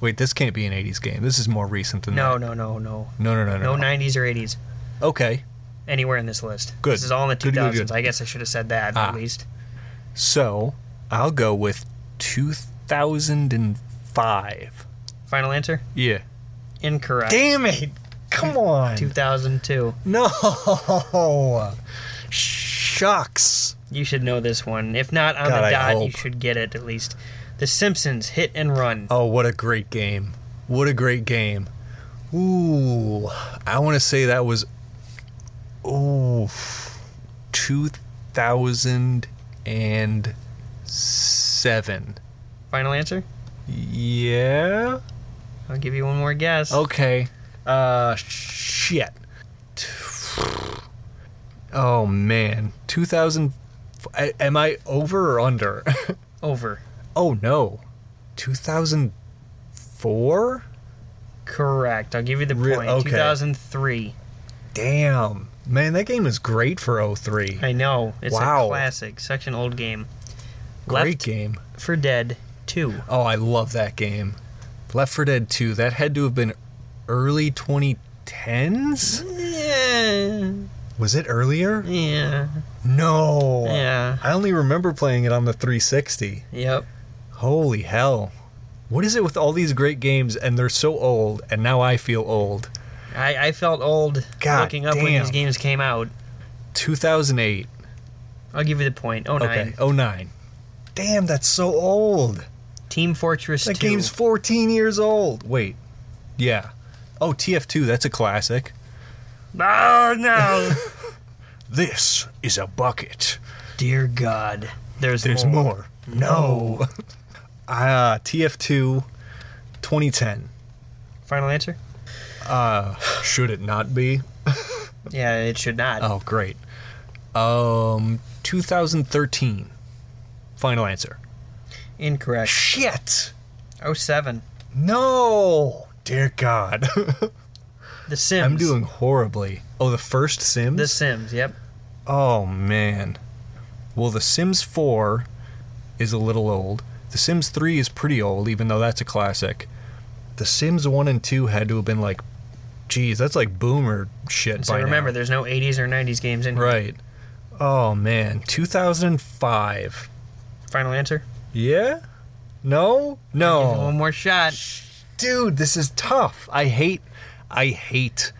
Wait, this can't be an 80s game. This is more recent than
No,
that.
no, no, no.
No, no, no, no.
No 90s or 80s.
Okay.
Anywhere in this list.
Good.
This is all in the 2000s.
Good, good, good.
I guess I should have said that
Ah.
at least.
So I'll go with 2005.
Final answer?
Yeah.
Incorrect.
Damn it. Come on.
2002.
No. Shucks.
You should know this one. If not on
God,
the
I
dot, you
hope.
should get it at least. The Simpsons Hit and Run.
Oh, what a great game. What a great game. Ooh, I want to say that was ooh 2007.
Final answer?
Yeah.
I'll give you one more guess.
Oh. Okay. Uh shit. Oh man. 2000 I- Am I over or under?
Over.
oh no. 2004?
Correct. I'll give you the
Re-
point.
okay.
2003.
Damn. Man, that game is great for 03.
I know. It's
Wow.
a classic. Such an old game.
Great
Left
game.
for Dead 2.
Oh, I love that game. Left 4 Dead 2. That had to have been early 2010s?
Yeah.
Was it earlier?
Yeah.
No.
Yeah.
I only remember playing it on the 360.
Yep.
Holy hell. What is it with all these great games and they're so old and now I feel old?
I, I felt old
God
looking up when
damn.
these games came out.
2008.
I'll give you the point. Oh nine.
Okay, oh nine. Damn, that's so old.
Team Fortress
That
2.
game's 14 years old. Wait, yeah. Oh, TF2, that's a classic.
oh no.
This is a bucket.
Dear God. There's,
There's
more.
more. No. Ah, TF2 2010.
Final answer?
Should it not be?
Yeah, it should not.
Oh, great. Um, 2013. Final answer.
Incorrect.
Shit.
Oh seven.
No. Dear God.
The Sims.
I'm doing horribly. Oh, the first Sims?
The Sims, yep.
Oh, man. Well, The Sims 4 is a little old. The Sims 3 is pretty old, even though that's a classic. The Sims 1 and 2 had to have been like, geez, that's like boomer shit
So
by now.
remember, there's no 80s or 90s games in here.
Right. Oh man, 2005.
Final answer?
Yeah? No?
Give it One
No.
more shot.
Dude, this is tough. I hate I hate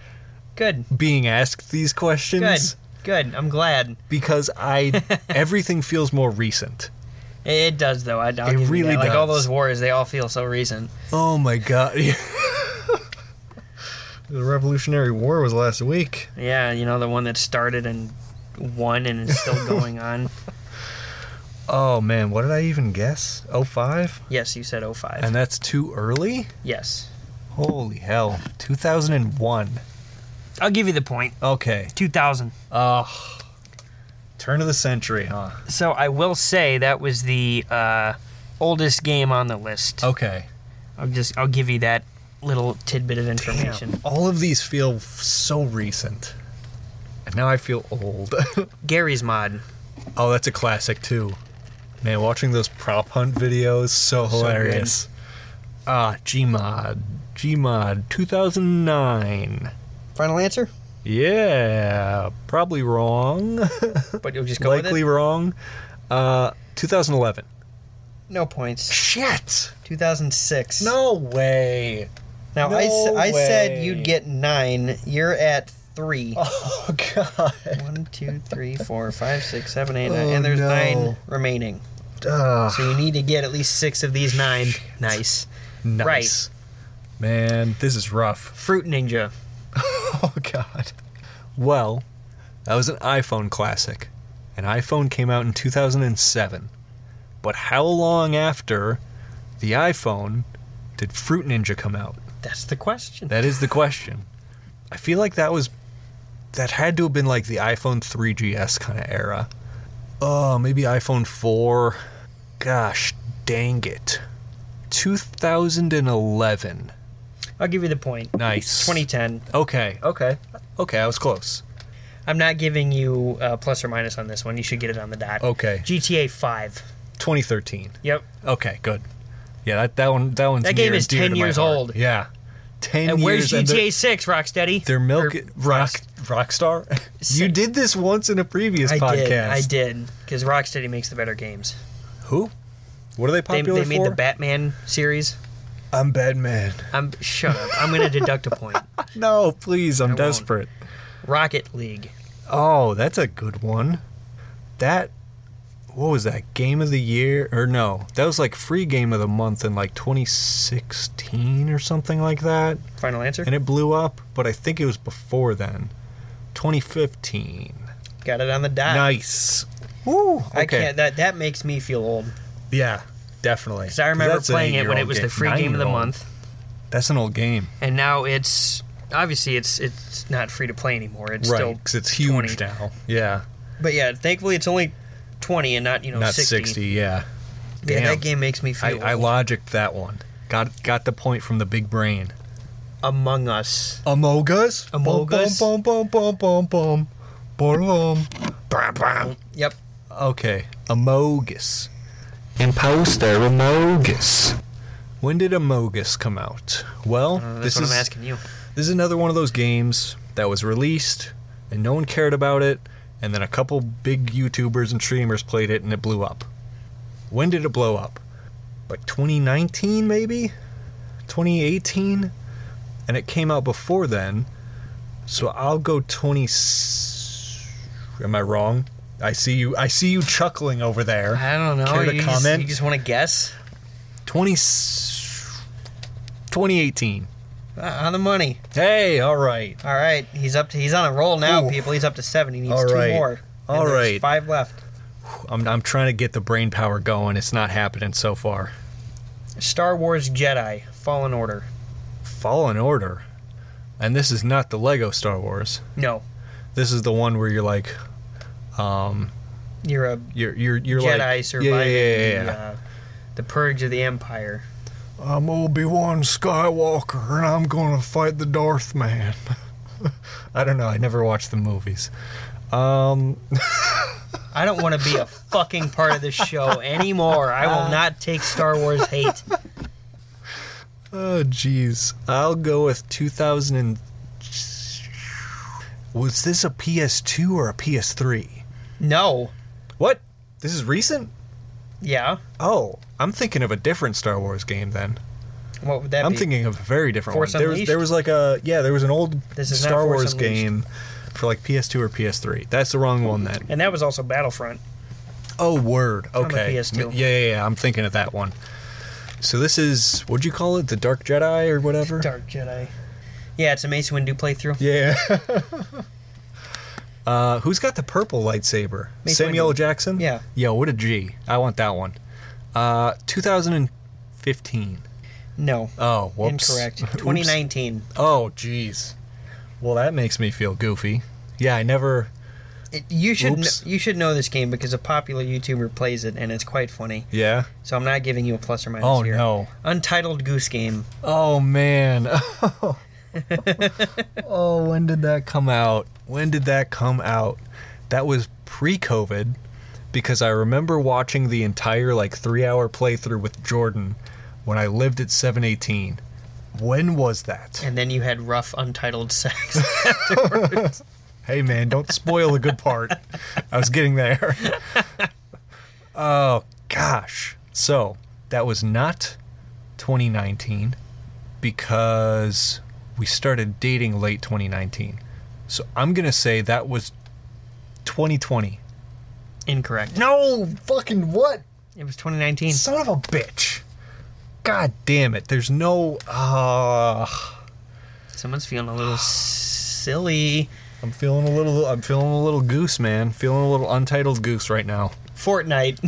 Good.
being asked these
Good.
questions
Good. I'm glad.
because I everything feels more recent.
It, it does, though. I, I'll
It
give you
really
that. Like all
does.
those wars, they all feel so recent.
Oh my god. the Revolutionary War was last week.
Yeah, you know, the one that started and won and is still going on.
Oh man, what did I even guess? 05?
Yes, you said 05.
And that's too early?
yes.
Holy hell. 2001.
I'll give you the point.
Okay.
2000.
Ugh. Turn of the century, huh?
So I will say that was the uh, oldest game on the list.
Okay.
I'll just I'll give you that little tidbit of information.
All of these feel f- so recent. And now I feel old.
Gary's mod.
oh, that's a classic too. Man, watching those prop hunt videos so
good.
hilarious. Ah, Gmod. Gmod 2009.
Final answer?
Yeah, probably wrong.
But you'll just go
Likely
with it.
wrong. Uh 2011.
No points.
Shit.
2006.
No way.
Now I, s-
no
I said
way.
you'd get nine. You're at three.
Oh god.
One, two, three, four, five, six, seven, eight, nine,
Oh,
and there's
no.
nine remaining.
Ugh.
So you need to get at least six of these nine. Nice.
Nice. Man, this is rough.
Fruit Ninja.
Oh, God. Well, that was an iPhone classic. An iPhone came out in 2007. But how long after the iPhone did Fruit Ninja come out?
That's the question.
That is the question. I feel like that was. That had to have been like the iPhone 3GS kind of era. Oh, maybe iPhone 4. Gosh dang it. 2011.
I'll give you the point.
Nice.
2010.
Okay. Okay. Okay. I was close.
I'm not giving you uh, plus or minus on this one. You should get it on the dot.
Okay.
GTA 5.
2013.
Yep.
Okay. Good. Yeah. That that one. That one's
That game
near and
is
dear
10
to my
years
heart.
old.
Yeah. Ten
And where's
years. and
GTA 6, Rocksteady?
They're, they're milk
Or-
rock rockstar. you
Six.
did this once in a previous
I
podcast.
did. I did. Because Rocksteady makes the better games.
Who? What are they
They,
popular
they made
for?
the Batman series.
I'm Batman.
I'm shut up. I'm gonna deduct a point.
No, please. I'm
won't.
desperate.
Rocket League.
Oh, that's a good one. That. What was that game of the year or no? That was like free game of the month in like 2016 or something like that.
Final answer.
and it blew up, but I think it was before then. 2015.
Got it on the dot.
nice. Woo. Okay.
Ah. I can't. That that makes me feel old.
Yeah, definitely.
Because I remember
That's an
playing it when it
eight-year-old
was the
game.
free game of the
Nine-year-old.
month,
That's an old game.
and now it's obviously it's it's not free to play anymore. It's
right.
still
Because it's huge
20.
now. Yeah.
But yeah, thankfully it's only twenty and not you know
Not 60.
60.
yeah.
Yeah,
Damn.
that game makes me
I,
feel.
I
old.
logicked that one. Got got the point from the big brain.
Among Us.
Among Us?
Among Us.
Bum, bum, bum, bum, bum, bum. Bum, bum. Bum.
Yep.
Okay, Amogus. Imposter Amogus. When did Amogus come out? Well,
Uh, that's
this
what
is
I'm asking you.
this is another one of those games that was released and no one cared about it, and then a couple big YouTubers and streamers played it and it blew up. When did it blow up? Like 2019 maybe? 2018? And it came out before then. So I'll go 20 Am I wrong? I see you. I see you chuckling over there.
I don't know.
Care to
you, Just,
comment?
you just want to guess
20, 2018.
uh, on the money.
Hey, all right.
All right, he's up to he's on a roll now,
Ooh.
people. He's up to seven. He needs
All
two
right.
more. And
All
there's
right.
five left.
I'm, I'm trying to get the brain power going. It's not happening so far.
Star Wars Jedi Fallen Order.
Fallen Order. And this is not the Lego Star Wars.
No,
This is the one where you're like,
you're a
you're you're you're
Jedi
like
surviving
Yeah, yeah, yeah,
The,
yeah.
uh, the purge of the Empire.
I'm Obi Wan Skywalker, and I'm gonna fight the Darth Man. I don't know. I never watched the movies. Um,
I don't want to be a fucking part of this show anymore. I
Uh.
will not take Star Wars hate.
oh jeez. I'll go with 2000. And... Was this a PS2 or a PS3?
No.
What? This is recent.
Yeah.
Oh, I'm thinking of a different Star Wars game then.
What would that
I'm
be?
thinking of a very different
Force
one. There was,
Unleashed?
there was like a yeah, there was an old
This is not
Star
Force
Wars
Unleashed.
game for like PS2 or PS3. That's the wrong one then.
and that was also Battlefront.
Oh word.
a
Okay.
PS2.
Yeah, yeah, yeah. I'm thinking of that one. So this is what'd you call it? The Dark Jedi or whatever?
Dark Jedi. Yeah, it's a Mace Windu playthrough.
Yeah. uh, who's got the purple lightsaber?
Mace
Samuel
Windu.
Jackson?
Yeah.
Yo, what a G. I want that one. Uh 2015.
No.
Oh, whoops.
Incorrect.
Oops.
2019.
Oh, jeez. Well, that makes me feel goofy. Yeah, I never.
It, you should kn-
Oops.
you should know this game because a popular YouTuber plays it and it's quite funny.
Yeah.
So I'm not giving you a plus or minus
Oh
here.
no.
Untitled Goose Game.
Oh man. oh, when did that come out? When did that come out? That was pre-COVID, because I remember watching the entire like three-hour playthrough with Jordan when I lived at 718. When was that?
And then you had rough untitled sex.
Hey man, don't spoil a good part. I was getting there. oh gosh. So that was not 2019 because we started dating late 2019. So I'm gonna say that was 2020.
Incorrect.
No fucking what?
It was 2019.
Son of a bitch. God damn it. There's no uh
Someone's feeling a little silly.
I'm feeling a little I'm feeling a little goose, man. Feeling a little untitled goose right now.
Fortnite.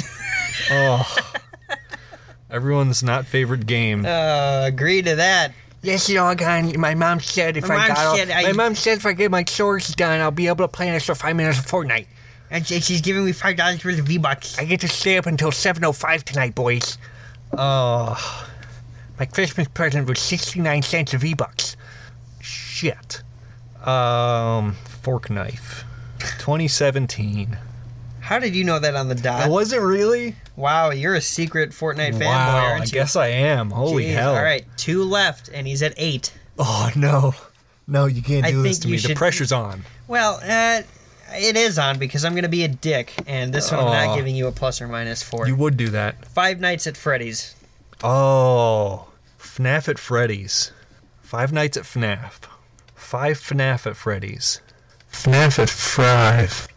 Everyone's not favorite game.
Uh, agree to that.
Yes, you know, again, my mom said if
My
I
mom
got all-
said I-
my mom said if I get my chores done, I'll be able to play an extra five minutes of Fortnite.
And she- she's giving me five dollars worth of V Bucks.
I get to stay up until seven oh five tonight, boys. Oh, my Christmas present was sixty nine cents of V bucks. Shit. Um, fork knife, twenty seventeen.
How did you know that on the dot?
was it really?
Wow, you're a secret Fortnite Uh, fanboy,
wow,
aren't
I
you?
guess I am. Holy
Jeez.
hell!
All right, two left, and he's at eight.
Oh no, no, you can't
I
do this
think
to
you
me. The
should-
pressure's on.
Well, uh, it is on because I'm going to be a dick, and this one I'm
Aw.
not giving you a plus or minus for.
You would do that.
Five Nights at Freddy's.
Oh, FNAF at Freddy's. Five Nights at FNAF. Five FNAF at Freddy's. FNAF at Five.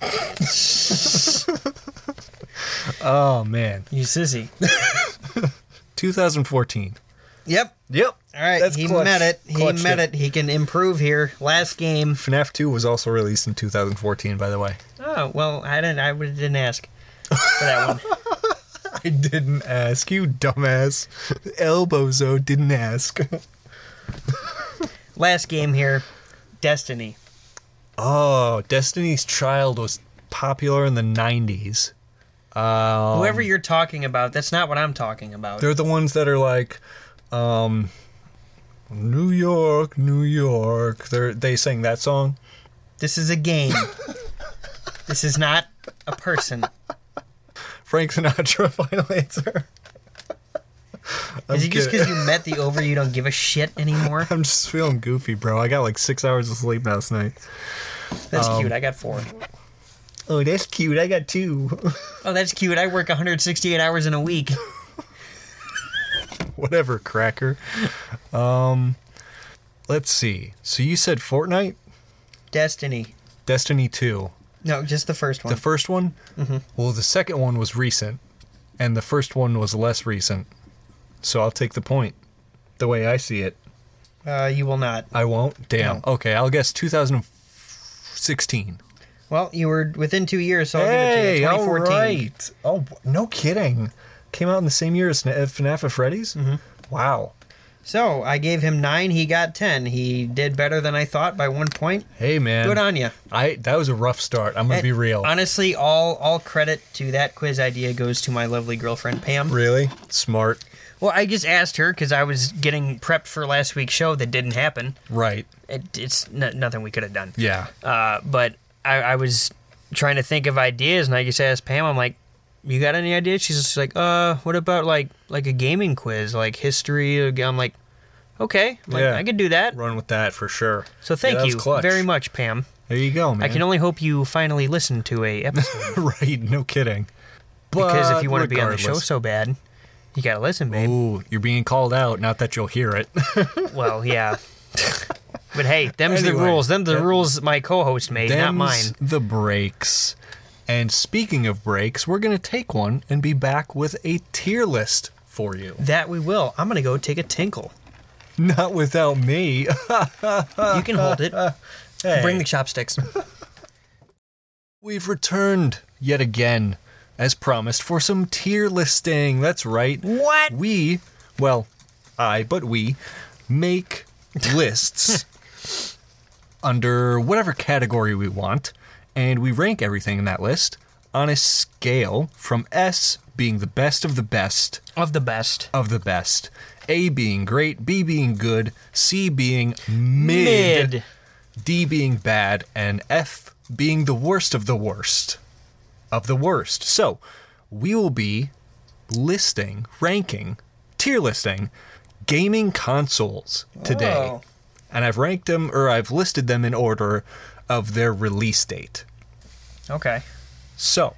oh, man.
You sissy.
2014.
yep.
Yep.
All right,
That's
he
clutched-
met it. He
clutched
met it. He can improve here. Last game.
FNAF 2 was also released in 2014, by the way.
Oh well, I didn't. I would- didn't ask for that one.
I didn't ask, you dumbass. Elbozo didn't ask.
Last game here, Destiny.
oh, Destiny's Child was popular in the 90s. Um,
Whoever you're talking about, that's not what I'm talking about.
They're the ones that are like, um, New York, New York. They they sing that song.
This is a game. this is not a person.
Frank Sinatra. Final answer.
Is it
kidding.
just because you met the over you don't give a shit anymore?
I'm just feeling goofy, bro. I got like six hours of sleep last night.
That's
Um,
cute. I got four.
Oh, that's cute. I got two.
Oh, that's cute. I work 168 hours in a week.
Whatever, cracker. Um, let's see. So you said Fortnite,
Destiny.
Destiny Two.
No, just the first one.
The first one? Well, the second one was recent, and the first one was less recent. So I'll take the point. The way I see it,
uh, you will not.
I won't. Damn. Okay, I'll guess 2016.
Well, you were within two years, so I'll give it to
Hey,
you.
all
2014.
right. Oh, no kidding. Came out in the same year as F- FNAF at Freddy's? Mm-hmm. Wow.
So I gave him nine. He got ten. He did better than I thought by one point.
Hey, man.
Good on you.
I that was a rough start. I'm gonna be real.
Honestly, all all credit to that quiz idea goes to my lovely girlfriend Pam.
really smart.
Well, I just asked her because I was getting prepped for last week's show that didn't happen.
Right.
It, it's n- nothing we could have done.
Yeah.
Uh, but I, I was trying to think of ideas, and I just asked Pam. I'm like, "You got any ideas?" She's just like, "Uh, what about like like a gaming quiz, like history?" I'm like, "Okay, I'm like,
Yeah.
I could do that."
Run with that for sure.
So thank
Yeah, that was
you
clutch.
very much, Pam.
There you go, man.
I can only hope you finally listen to a episode
right. No kidding.
because if you want to
But
be on the show
regardless-
so bad, you gotta listen, babe.
Ooh, you're being called out. Not that you'll hear it.
Well, yeah. but hey, them's the
Anyway,
rules. Them the
that-
rules my co-host made, not mine.
Them's The breaks. And speaking of breaks, we're gonna take one and be back with a tier list for you.
That we will. I'm gonna go take a tinkle.
Not without me.
you can hold it.
Hey.
Bring the chopsticks.
We've returned yet again, as promised, for some tier listing. That's right.
What?
We, well, I, but we, make lists under whatever category we want, and we rank everything in that list on a scale from S being the best of the best
of the best.
of the best, A being great, B being good, C being mid,
Mid.
D being bad, and F being the worst of the worst of the worst. So we will be listing, ranking, tier listing gaming consoles today.
Oh.
And I've ranked them or I've listed them in order of their release date.
Okay.
So,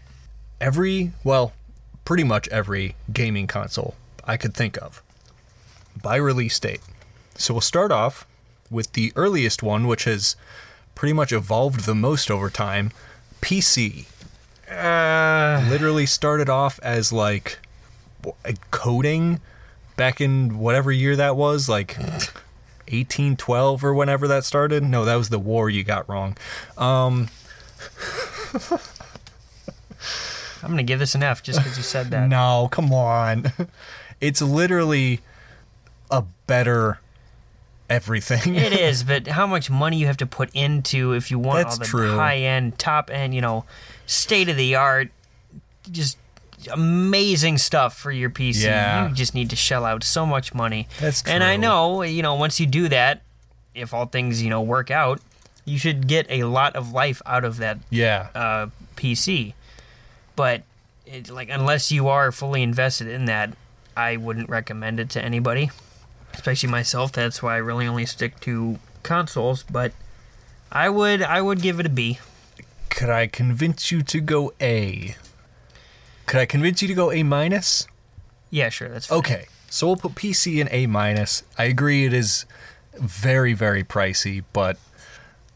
every, well, pretty much every gaming console I could think of by release date. So, we'll start off with the earliest one, which has pretty much evolved the most over time PC.
Uh,
Literally started off as like w- coding back in whatever year that was, like 1812 or whenever that started. No, that was the war you got wrong.
I'm gonna give this an F just because you said that.
No, come on. It's literally a better everything.
It is, but how much money you have to put into if you want
That's
all the
true.
high end, top end, you know, state of the art, just amazing stuff for your PC.
Yeah.
You just need to shell out so much money.
That's
And I
true.
know, you know, once you do that, if all things, you know, work out, you should get a lot of life out of that
yeah.
uh, PC. But it, like, unless you are fully invested in that, I wouldn't recommend it to anybody, especially myself. That's why I really only stick to consoles. But I would, I would give it a B.
Could I convince you to go A? Could I convince you to go A minus?
Yeah, sure, that's fine.
Okay. So we'll put PC in A minus. I agree it is very, very pricey, but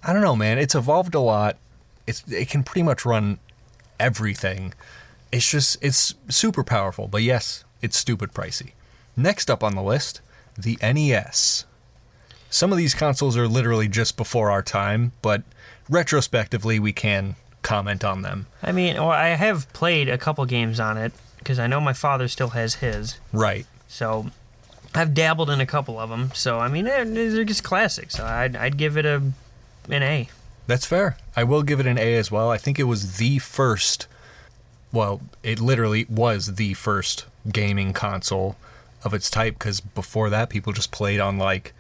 I don't know, man. It's evolved a lot. It's it can pretty much run everything. It's just it's super powerful, but yes, it's stupid pricey. Next up on the list, the NES. Some of these consoles are literally just before our time, but retrospectively we can comment on them.
I mean, well, I have played a couple games on it because I know my father still has his,
Right.
so. I've dabbled in a couple of them, so I mean they're, they're just classics. I'd, I'd give it a an A.
That's fair. I will give it an A as well. I think it was the first, well, it literally was the first gaming console of its type because before that, people just played on like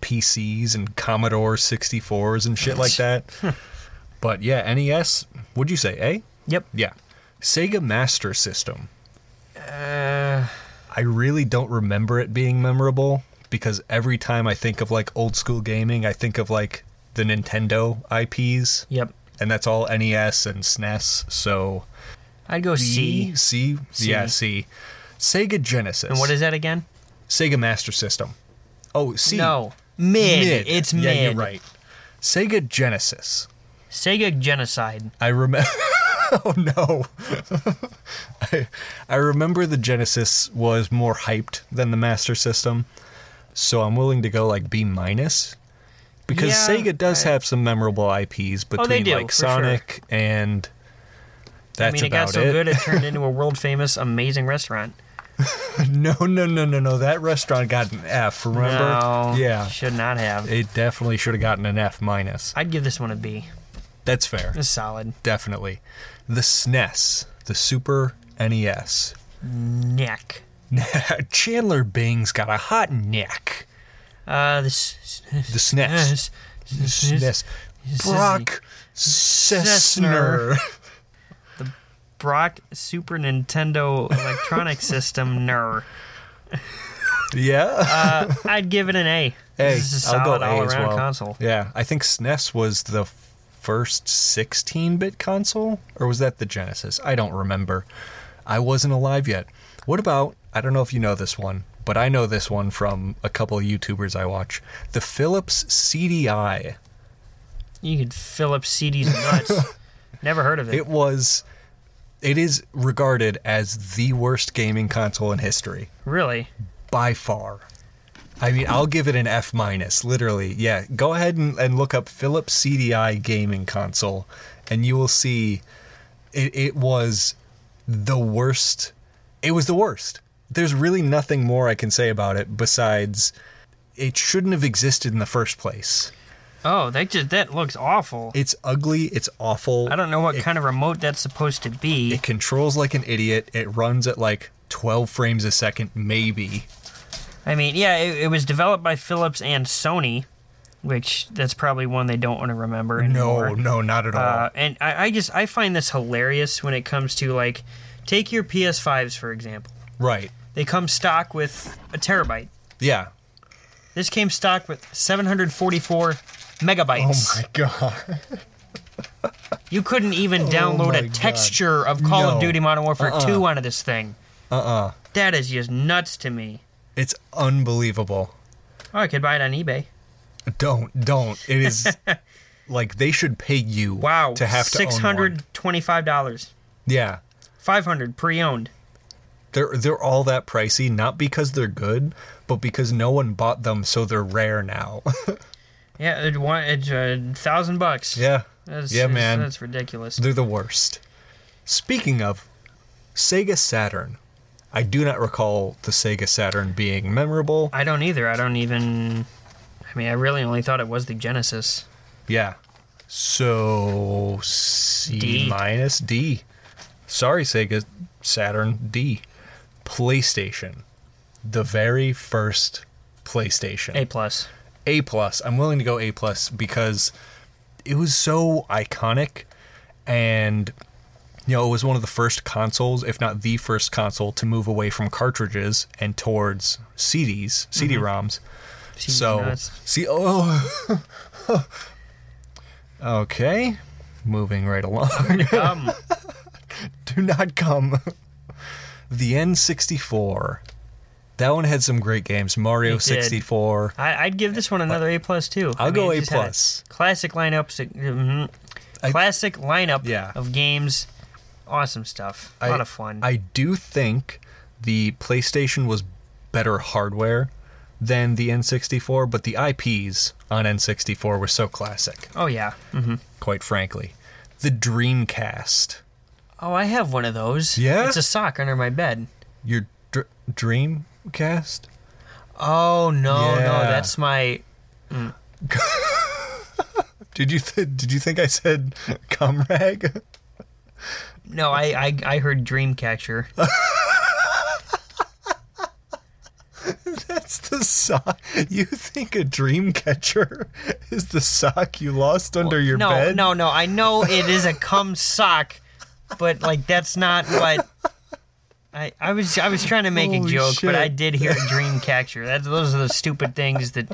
PCs and Commodore 64s and shit like that. but yeah, NES, would you say A?
Yep.
Yeah. Sega Master System.
Uh,
I really don't remember it being memorable because every time I think of like old school gaming, I think of like the Nintendo IPs
yep.
and that's all NES and SNES. So
I'd go C.
C, C, yeah, C. Sega Genesis.
And what is that again?
Sega Master System? Oh, C.
No. Mid.
Mid.
It's
yeah,
mid.
You're right. Sega Genesis.
Sega genocide.
I remember. oh no. I, I remember the Genesis was more hyped than the Master System, so I'm willing to go like B minus. Because
Yeah, Oh,
Sega does have some memorable IPs between
they do,
like
for sure.
Sonic and
I
that's
mean, it
about
got so
it.
good it turned into a world famous amazing restaurant.
No, no, no, no, no. That restaurant got an F. Remember?
No,
Yeah.
should not have.
It definitely should have gotten an F minus.
I'd give this one a B.
That's fair.
It's solid.
Definitely. The SNES, the Super E NES.
Neck.
Chandler Bing's got a hot neck.
Uh, this.
The SNES. SNES. Brock Sessner.
Brock Super Nintendo Electronic System Ner.
Yeah.
Uh, I'd give it an A.
Hey,
this is a
I'll go
solid
A
all
as
around
well.
console.
Yeah. I think SNES was the first 16 bit console, or was that the Genesis? I don't remember. I wasn't alive yet. What about, I don't know if you know this one, but I know this one from a couple of YouTubers I watch the Philips CDI.
You could fill up CDs nuts. Never heard of it.
It was. It is regarded as the worst gaming console in history
Really?
by far. I mean, I'll give it an F minus, literally. Yeah, go ahead and, and look up Philips CDI gaming console, and you will see it, it was the worst. It was the worst. There's really nothing more I can say about it besides it shouldn't have existed in the first place.
Oh, that just that looks awful.
It's ugly. It's awful.
I don't know what
it
kind of remote that's supposed to be.
It controls like an idiot. It runs at like 12 frames a second, maybe.
I mean, yeah, it, it was developed by Philips and Sony, which that's probably one they don't want to remember anymore.
No, no, not at all.
Uh, and I, I just I find this hilarious when it comes to like, take your PS5s for example.
right.
They come stock with a terabyte.
Yeah.
This came stock with 744
Oh
megabytes.
my god.
You couldn't even download
Oh my
a
God.
texture of Call
No.
of Duty Modern Warfare
Uh-uh.
2 onto this thing.
Uh uh
That is just nuts to me.
It's unbelievable.
Oh, I could buy it on eBay.
Don't, don't. It is like they should pay you
Wow.
to have to own one.
$625.
Yeah.
500 pre-owned.
They're they're all that pricey, not because they're good, but because no one bought them, so they're rare now.
Yeah, it wa- it's a thousand bucks.
yeah.
That's,
yeah,
that's-
man.
That's ridiculous.
They're the worst. Speaking of Sega Saturn, I do not recall the Sega Saturn being memorable.
I don't either. I don't even. I mean, I really only thought it was the Genesis.
Yeah. So C
D.
minus D. Sorry, Sega Saturn D. PlayStation, the very first PlayStation.
A plus.
A plus. I'm willing to go A plus because it was so iconic, and you know it was one of the first consoles, if not the first console, to move away from cartridges and towards CDs, CD-ROMs.
Seems
So
Mm-hmm. nuts.
see, oh, okay, moving right along.
Um,
Do not come. The N64. That one had some great games. Mario
It did.
64.
I, I'd give this one another A plus too.
I'll
I
go
it
A
just had
plus.
Classic lineups. mhm.
I-
classic lineup
Yeah.
of games. Awesome stuff. A
I-
lot of fun.
I do think the PlayStation was better hardware than the N64, but the IPs on N64 were so classic,
oh yeah.
Mm-hmm.
hmm
quite frankly. The Dreamcast.
Oh, I have one of those.
Yeah?
It's a sock under my bed.
Your dr- Dreamcast?
Oh no, no,
Yeah.
that's my
Did you th- did you think I said comrade?
no. I I, I heard Dreamcatcher.
That's the sock. You think a dream catcher is the sock you lost under your
no,
bed?
no, no. I know it is a cum sock, but like that's not what. I, I was I was trying to make a
Holy
joke, but I
shit.
did hear Dreamcatcher. That's those are the stupid things that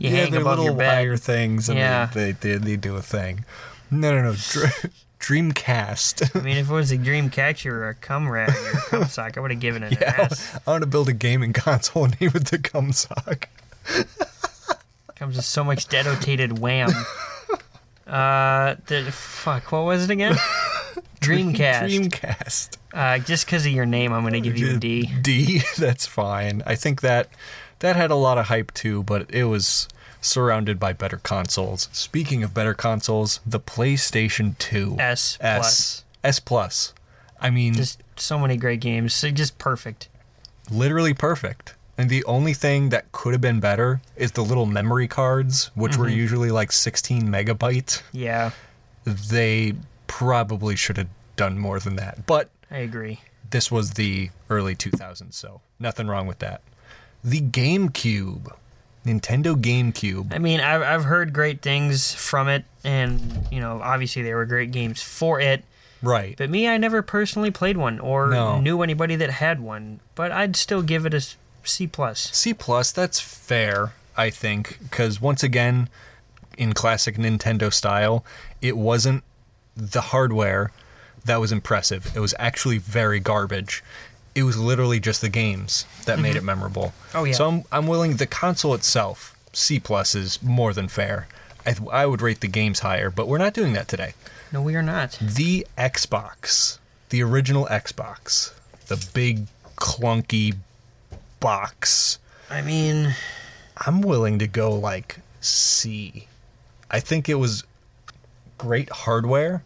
you
yeah,
hang
they're
above
little
your bed.
wire things, and
Yeah.
they, they they do a thing. No, no, no. Dr- Dreamcast.
I mean, if it was a Dreamcatcher or a cum rag or a cum sock, I would have given it an
I
S.
want to build a gaming console named with the cum sock.
Comes with so much dedicated wham. Uh, the, fuck, what was it again? Dreamcast.
Dreamcast.
Uh, just because of your name, I'm going to give you a D.
D. That's fine. I think that that had a lot of hype too, but it was surrounded by better consoles. Speaking of better consoles, the PlayStation 2
S
S S plus. I mean,
Just so many great games. So just perfect.
literally perfect. And the only thing that could have been better is the little memory cards, which were usually like 16 megabyte.
Yeah,
They probably should have done more than that. But
I agree.
this was the early 2000s, so nothing wrong with that. The GameCube, Nintendo GameCube.
I mean, I've, I've heard great things from it, and, you know, obviously they were great games for it.
Right.
But me, I never personally played one or
No.
knew anybody that had one. But I'd still give it a s- C plus.
C plus, that's fair, I think, because once again, in classic Nintendo style, it wasn't the hardware that was impressive. It was actually very garbage. It was literally just the games that made it memorable.
Oh, yeah.
So I'm I'm willing the console itself C plus is more than fair. I, th- I would rate the games higher, but we're not doing that today.
No, we are not.
The Xbox, the original Xbox, the big clunky box.
I mean,
I'm willing to go like C. I think it was great hardware.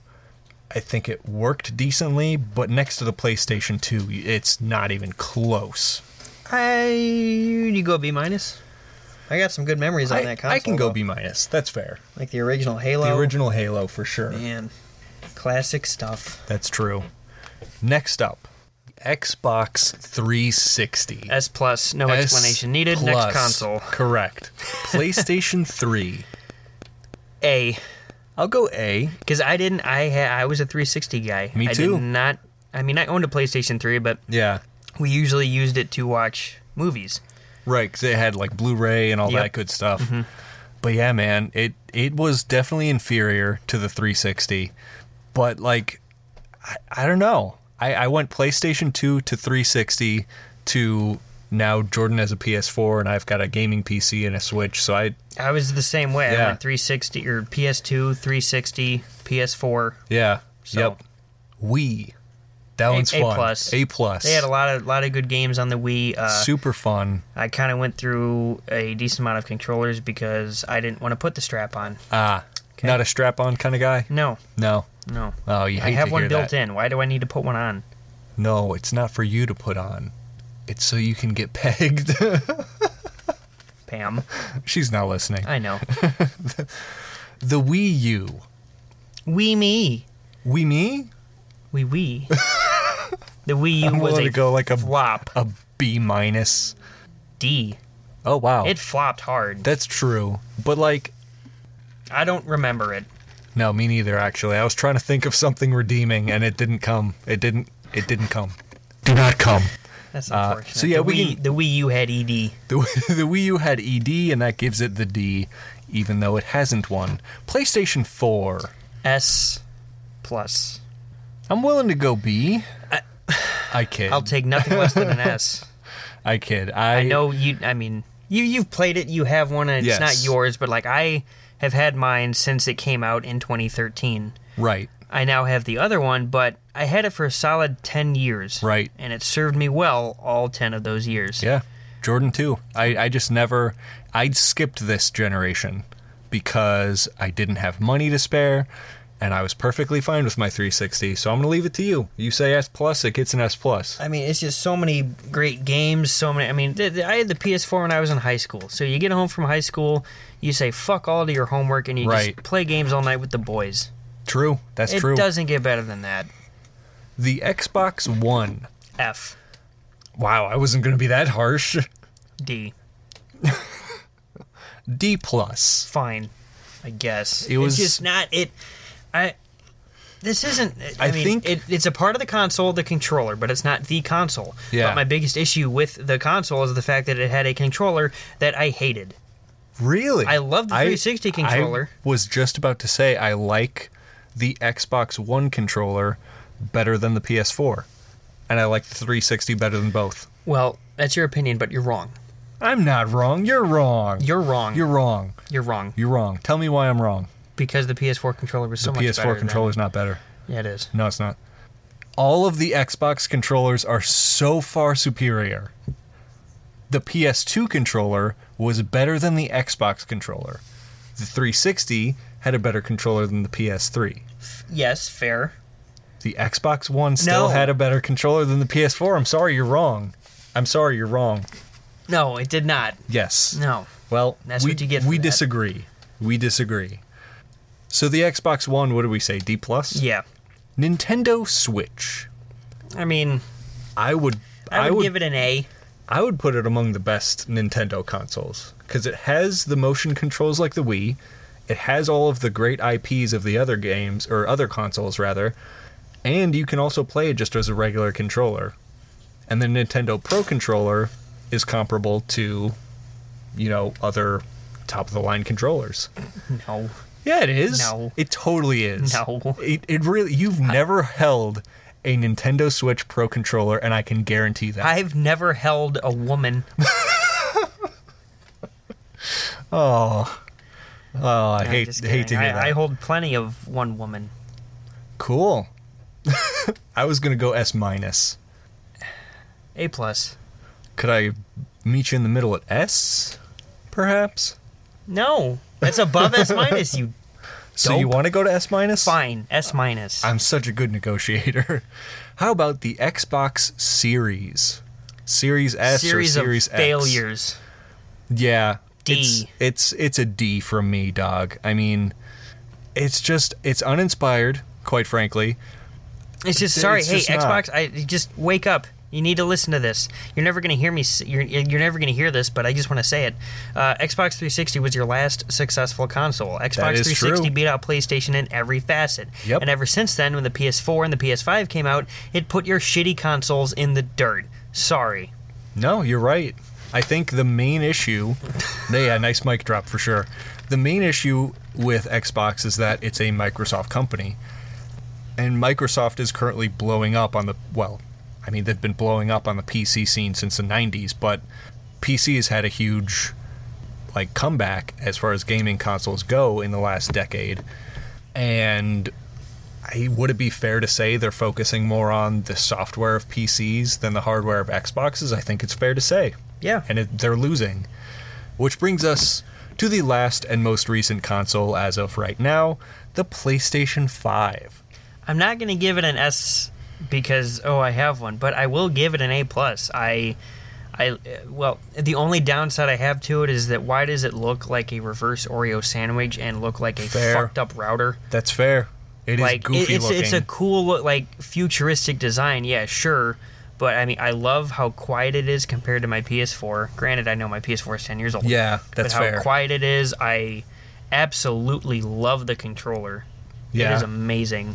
I think it worked decently, but next to the PlayStation 2, it's not even close.
I you go B minus. I got some good memories on
I,
that console.
I can go
though.
B minus. That's fair.
like the original Halo.
The original Halo for sure.
man, classic stuff.
That's true. Next up, Xbox 360.
S plus, no
S
explanation needed.
plus.
Next console.
Correct. PlayStation 3.
A,
I'll go A.
because I didn't. I ha- I was a 360 guy.
Me
I
too.
Did not. I mean, I owned a PlayStation 3, but
Yeah.
we usually used it to watch movies.
Right, because it had like Blu-ray and all
Yep. Mm-hmm.
that good stuff. But yeah, man, it it was definitely inferior to the 360. But like, I, I don't know. I, I went PlayStation 2 to 360 to now Jordan has a PS4 and I've got a gaming PC and a Switch. So I
I was the same way.
Yeah.
I went 360 or PS2, 360, PS4.
yeah,
So-
yep. We that one's
A
fun.
plus.
A plus.
They had a lot of lot of good games on the Wii. Uh,
Super fun.
I kind of went through a decent amount of controllers because I didn't want to put the strap on.
Ah, not a strap-on kind of guy.
No,
No.
no.
Oh, you
I
hate
have
to
one
hear
built
that.
in. Why do I need to put one on?
No, it's not for you to put on. It's so you can get pegged.
Pam,
She's not listening.
I know.
The Wii U.
Wii me,
Wii me?
Wii Wii. The Wii U
I'm
was
willing
a
to go like a-
flop.
A B minus.
D.
Oh wow.
It flopped hard.
That's true. But like
I don't remember it.
no, me neither actually. I was trying to think of something redeeming and it didn't come. It didn't it didn't come. Did not come.
That's unfortunate.
Uh, so yeah,
the
we
Wii,
can-
the Wii U had E ED.
The, the Wii U had ED and that gives it the D even though it hasn't one. PlayStation 4.
S plus.
I'm willing to go B. I kid.
I'll take nothing less than an S.
I kid. I,
I know you. I mean, you you've played it. You have one, and it's
Yes.
not yours. But like, I have had mine since it came out in 2013.
Right.
I now have the other one, but I had it for a solid 10 years.
Right.
And it served me well all 10 of those years.
Yeah, Jordan too. I, I just never I skipped this generation because I didn't have money to spare, and I was perfectly fine with my 360. So I'm gonna leave it to you. You say S plus, it gets an S plus.
I mean, it's just so many great games. So many. I mean, th- th- I had the PS4 when I was in high school. So you get home from high school, you say fuck all to your homework, and you
Right.
just play games all night with the boys.
True, that's
it
true.
doesn't get better than that.
The Xbox One.
F
Wow, I wasn't gonna be that harsh.
D.
D plus.
fine, I guess.
It
It was
was-
it's just not it. I this isn't. I,
I
mean,
think-
it, it's a part of the console, the controller, but it's not the console.
Yeah.
But my biggest issue with the console is the fact that it had a controller that I hated.
Really?
I love the 360 controller.
I was just about to say I like the Xbox One controller better than the PS4. And I like the 360 better than both.
Well, that's your opinion, but you're wrong.
I'm not wrong. You're wrong.
You're wrong.
You're wrong.
You're wrong
You're wrong. Tell me why I'm wrong.
because the PS4 controller was so much better.
PS4
than-
controller is not better.
Yeah, it is.
No, it's not. All of the Xbox controllers are so far superior. The PS2 controller was better than the Xbox controller. The 360 had a better controller than the PS3.
Yes, fair.
The Xbox One still
No.
had a better controller than the PS4. I'm sorry, you're wrong. I'm sorry, you're wrong.
No, it did not.
Yes.
No.
Well,
That's
we,
what you get for
we
that.
disagree. We disagree. So the Xbox One, what do we say? D plus.
Yeah.
Nintendo Switch.
I mean,
I would.
I would, give it an A.
I would put it among the best Nintendo consoles because it has the motion controls like the Wii. It has all of the great IPs of the other games or other consoles rather, and you can also play it just as a regular controller. And the Nintendo Pro controller is comparable to, you know, other top of the line controllers.
No.
Yeah, it is.
No.
It totally is.
No.
It, it really you've never held a Nintendo Switch Pro controller and I can guarantee that.
I've never held a woman.
oh, I
I'm
hate
just
hate to
kidding.
hear
I,
that.
I hold plenty of one woman.
Cool. I was gonna go S minus.
A plus.
Could I meet you in the middle at S? Perhaps.
No, that's above S minus. You
So you
Dope.
want to go to S minus?
fine S minus.
I'm such a good negotiator. How about the Xbox Series? Series S
Series
or Series
of
X?
failures.
Yeah.
D.
It's, it's it's a D from me, dog. I mean, it's just it's uninspired, quite frankly.
It's just
It's-
sorry.
it's
hey,
just not.
Xbox, I just wake up. You need to listen to this. You're never gonna hear me. s- You're you're never gonna hear this, but I just want to say it. Uh, Xbox 360 was your last successful console. Xbox
is
360
true.
beat out PlayStation in every facet.
Yep.
And ever since then, when the PS4 and the PS5 came out, it put your shitty consoles in the dirt. Sorry.
No, you're right. I think the main issue, yeah, nice mic drop for sure. The main issue with Xbox is that it's a Microsoft company, and Microsoft is currently blowing up on the well. I mean, they've been blowing up on the PC scene since the '90s, but PC has had a huge like comeback as far as gaming consoles go in the last decade, and I, would it be fair to say they're focusing more on the software of PCs than the hardware of Xboxes? I think it's fair to say.
Yeah.
And it, they're losing. Which brings us to the last and most recent console as of right now the PlayStation 5.
I'm not gonna give it an S because oh I have one, but I will give it an A plus. I, I well the only downside I have to it is that why does it look like a reverse Oreo sandwich and look like a
Fair.
fucked up router?
That's fair. It is
like it-
goofy
it's
looking.
it's a cool look, like futuristic design, yeah sure, but I mean I love how quiet it is compared to my PS4. Granted, I know my PS4 is ten years old.
yeah, that's
but how
fair.
quiet it is, I absolutely love the controller. It
Yeah.
is amazing.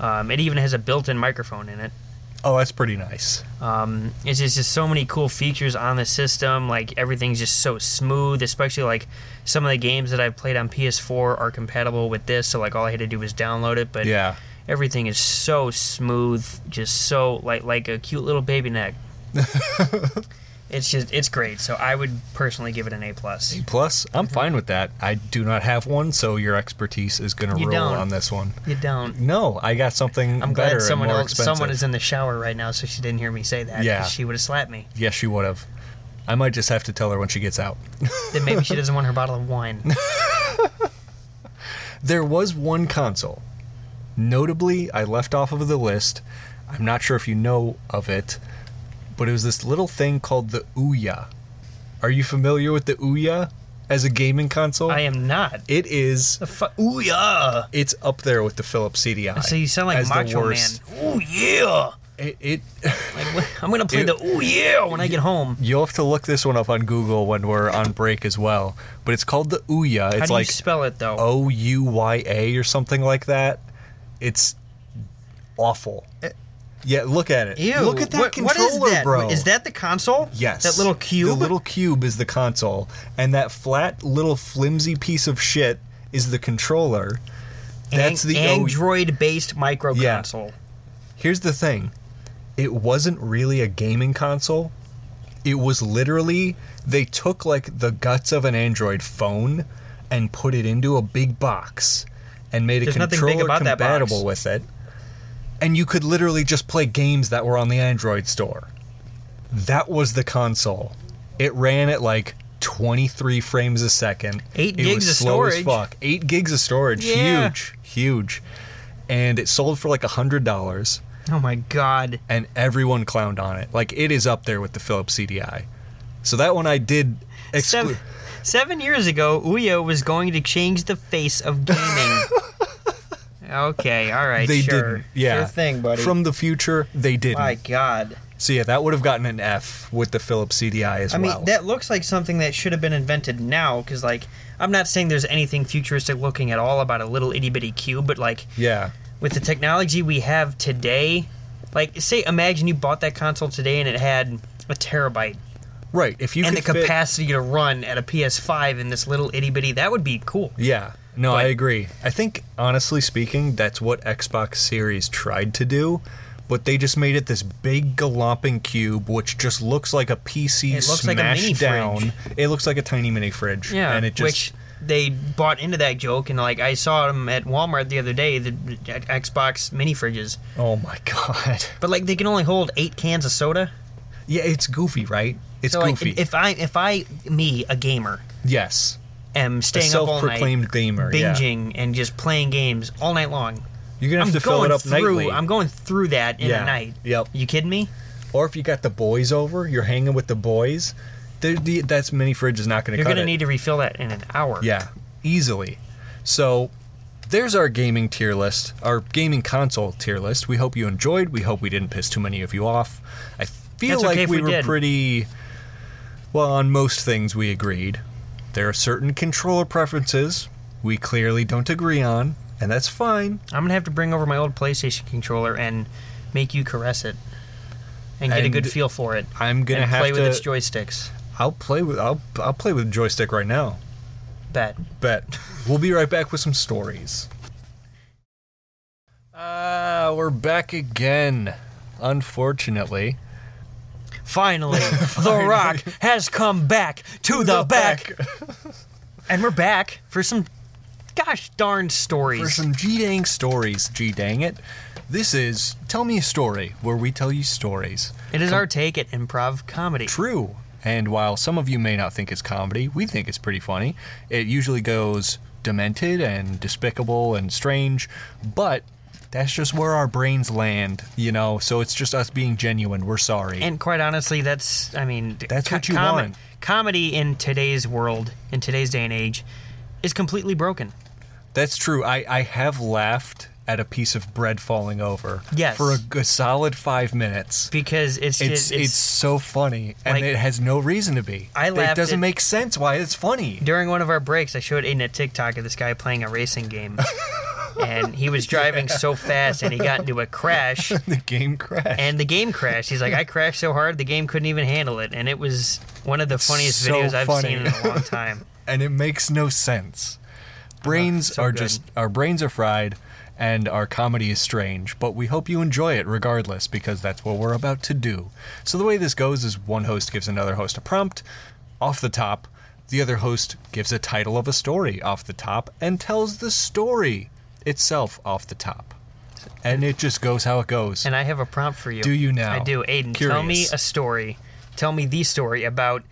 Um, it even has a built-in microphone in it.
oh, that's pretty nice.
Um, it's just, just so many cool features on the system. Like everything's just so smooth, especially like some of the games that I've played on PS4 are compatible with this. So like all I had to do was download it. But
Yeah.
everything is so smooth, just so like like a cute little baby neck. it's just it's great. So I would personally give it an A plus.
Plus, I'm fine with that. I do not have one, so your expertise is going to
You
roll
don't.
on this one.
You don't.
No, I got something
I'm
better
glad someone
and more
else,
expensive.
someone is in the shower right now, so she didn't hear me say that. 'cause
Yeah.
she would have slapped me.
Yes, she would have. I might just have to tell her when she gets out.
Then maybe she doesn't want her bottle of wine.
There was one console. Notably, I left off of the list. I'm not sure if you know of it, but it was this little thing called the Ouya. Are you familiar with the Ouya as a gaming console?
I am not.
It is.
The fu- Ooh yeah!
It's up there with the Philips CDI.
So you sound like
as the
Macho Man.
worst.
Ooh yeah!
It, it.
Like what- I'm gonna play
It-
the ooh yeah when I get home.
You'll have to look this one up on Google when we're on break as well. But it's called the Ouya.
How
It's like
do
oh,
you spell it though?
O U Y A or something like that. It's awful. Yeah, look at it.
Ew!
Look at that
What-
controller,
what is that?
bro.
Is that the console?
yes?
That little cube.
The little cube is the console, and that flat little flimsy piece of shit is the controller. That's
An-
the O-
Android-based micro
Yeah.
console.
Here's the thing. It wasn't really a gaming console. It was literally they took like the guts of an Android phone and put it into a big box and made
There's
a
nothing big
controller
about that box.
compatible with it, and you could literally just play games that were on the Android store. That was the console. It ran at like 23 frames a second.
Eight
It was
gigs of
slow as
storage.
fuck. Eight gigs of storage.
Yeah.
Huge, huge. And it sold for like a hundred dollars,
Oh my god.
and everyone clowned on it. Like it is up there with the Philips CDI. So that one I did.
Seven,
Exclu-
seven years ago, Uyo was going to change the face of gaming. okay, all right,
they
sure.
didn't. Yeah.
Sure thing, buddy.
From the future, they didn't.
My God.
So yeah, that would have gotten an F with the Philips CDI as
I mean,
well.
that
That,
looks like something that should have been invented now, because like
I'm not saying there's anything futuristic looking at all about a little itty bitty cube, but like
yeah.
with the technology we have today, like say imagine you bought that console today and it had a terabyte
Right. If you
and the
could fit-
capacity to run at a PS5 in this little itty bitty, that would be cool.
Yeah. No,
But-
I agree. I think honestly speaking, that's what Xbox Series tried to do, but they just made it this big galloping cube which just looks like a PC
It looks like a
smashed
mini fridge.
down. It looks like a tiny mini fridge.
Yeah,
And it just
which they bought into that joke, and like I saw them at Walmart the other day, the, the Xbox mini fridges,
Oh my god.
but like they can only hold eight cans of soda.
Yeah, it's goofy, right? It's
So like
goofy.
if I if I me a gamer
yes.
am
A
staying up all night
self-proclaimed gamer. Yeah.
binging and just playing games all night long.
You're gonna have
I'm
to fill
going
it up
through.
nightly.
I'm going through that in
Yeah,
a night.
yep.
You kidding me?
or if you got the boys over, you're hanging with the boys. there- The, that's mini fridge is not going to
You're
cut
gonna
it.
need to refill that in an hour.
yeah, easily. So there's our gaming tier list, our gaming console tier list. We hope you enjoyed. We hope we didn't piss too many of you off. I feel
That's
like
okay if
we,
we
were
did.
pretty well on most things. We agreed. There are certain controller preferences we clearly don't agree on, and that's fine.
I'm gonna have to bring over my old PlayStation controller and make you caress it and get a good
And
feel for it.
I'm gonna
and
have
play
to-
with its joysticks.
I'll play with I'll I'll play with joystick right now.
Bet.
Bet. We'll be right back with some stories. Ah, we're back again. Unfortunately.
Finally, The Rock has come back to the, back. and we're back for some gosh darn stories.
For some G dang stories, G dang it. This is Tell Me a Story, where we tell you stories.
it is our take at improv comedy.
True. And while some of you may not think it's comedy, we think it's pretty funny. It usually goes demented and despicable and strange, but that's just where our brains land, you know? So it's just us being genuine. We're sorry.
And quite honestly, that's I mean d-
That's what you want.
Comedy in today's world, in today's day and age, is completely broken.
That's true. I, I have laughed at a piece of bread falling over
Yes.
for a, g- solid five minutes.
Because it's
It's,
just,
it's so funny, and
like-
it has no reason to be.
I
It
laughed
doesn't
at-
make sense why it's funny.
during one of our breaks, I showed Aiden a TikTok of this guy playing a racing game, and he was driving so fast and he got into a crash,
The game crashed.
and the game crashed. He's like, I crashed so hard the game couldn't even handle it, and it was one of the funniest
so
videos I've
funny.
seen in a long time.
and it makes no sense. Brains
Uh-huh. so
are
good.
just our brains are fried, and our comedy is strange. But we hope you enjoy it regardless, because that's what we're about to do. So the way this goes is one host gives another host a prompt, off the top. The other host gives a title of a story off the top and tells the story itself off the top. And it just goes how it goes.
And I have a prompt for you.
Do you now?
I do. Aiden, tell me
Curious.
a story. Tell me the story about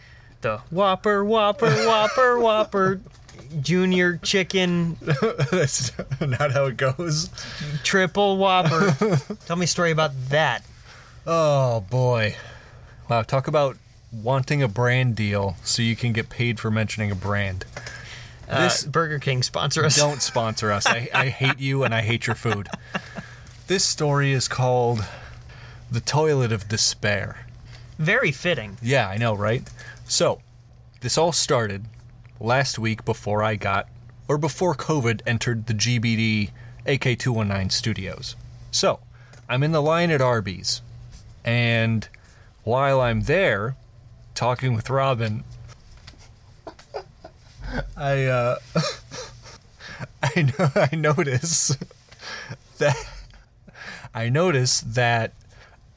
the Whopper, Whopper, Whopper, Whopper, Junior Chicken,
That's not how it goes.
Triple Whopper. tell me a story about that.
Oh boy. Wow, talk about wanting a brand deal so you can get paid for mentioning a brand.
Uh,
This
Burger King sponsor us.
don't sponsor us. I, I hate you and I hate your food. This story is called The Toilet of Despair.
Very fitting.
Yeah, I know, right? So, this all started last week before I got, or before COVID entered the GBD AK219 studios. So, I'm in the line at Arby's, and while I'm there talking with Robin, I, uh, I, know, I notice that, I notice that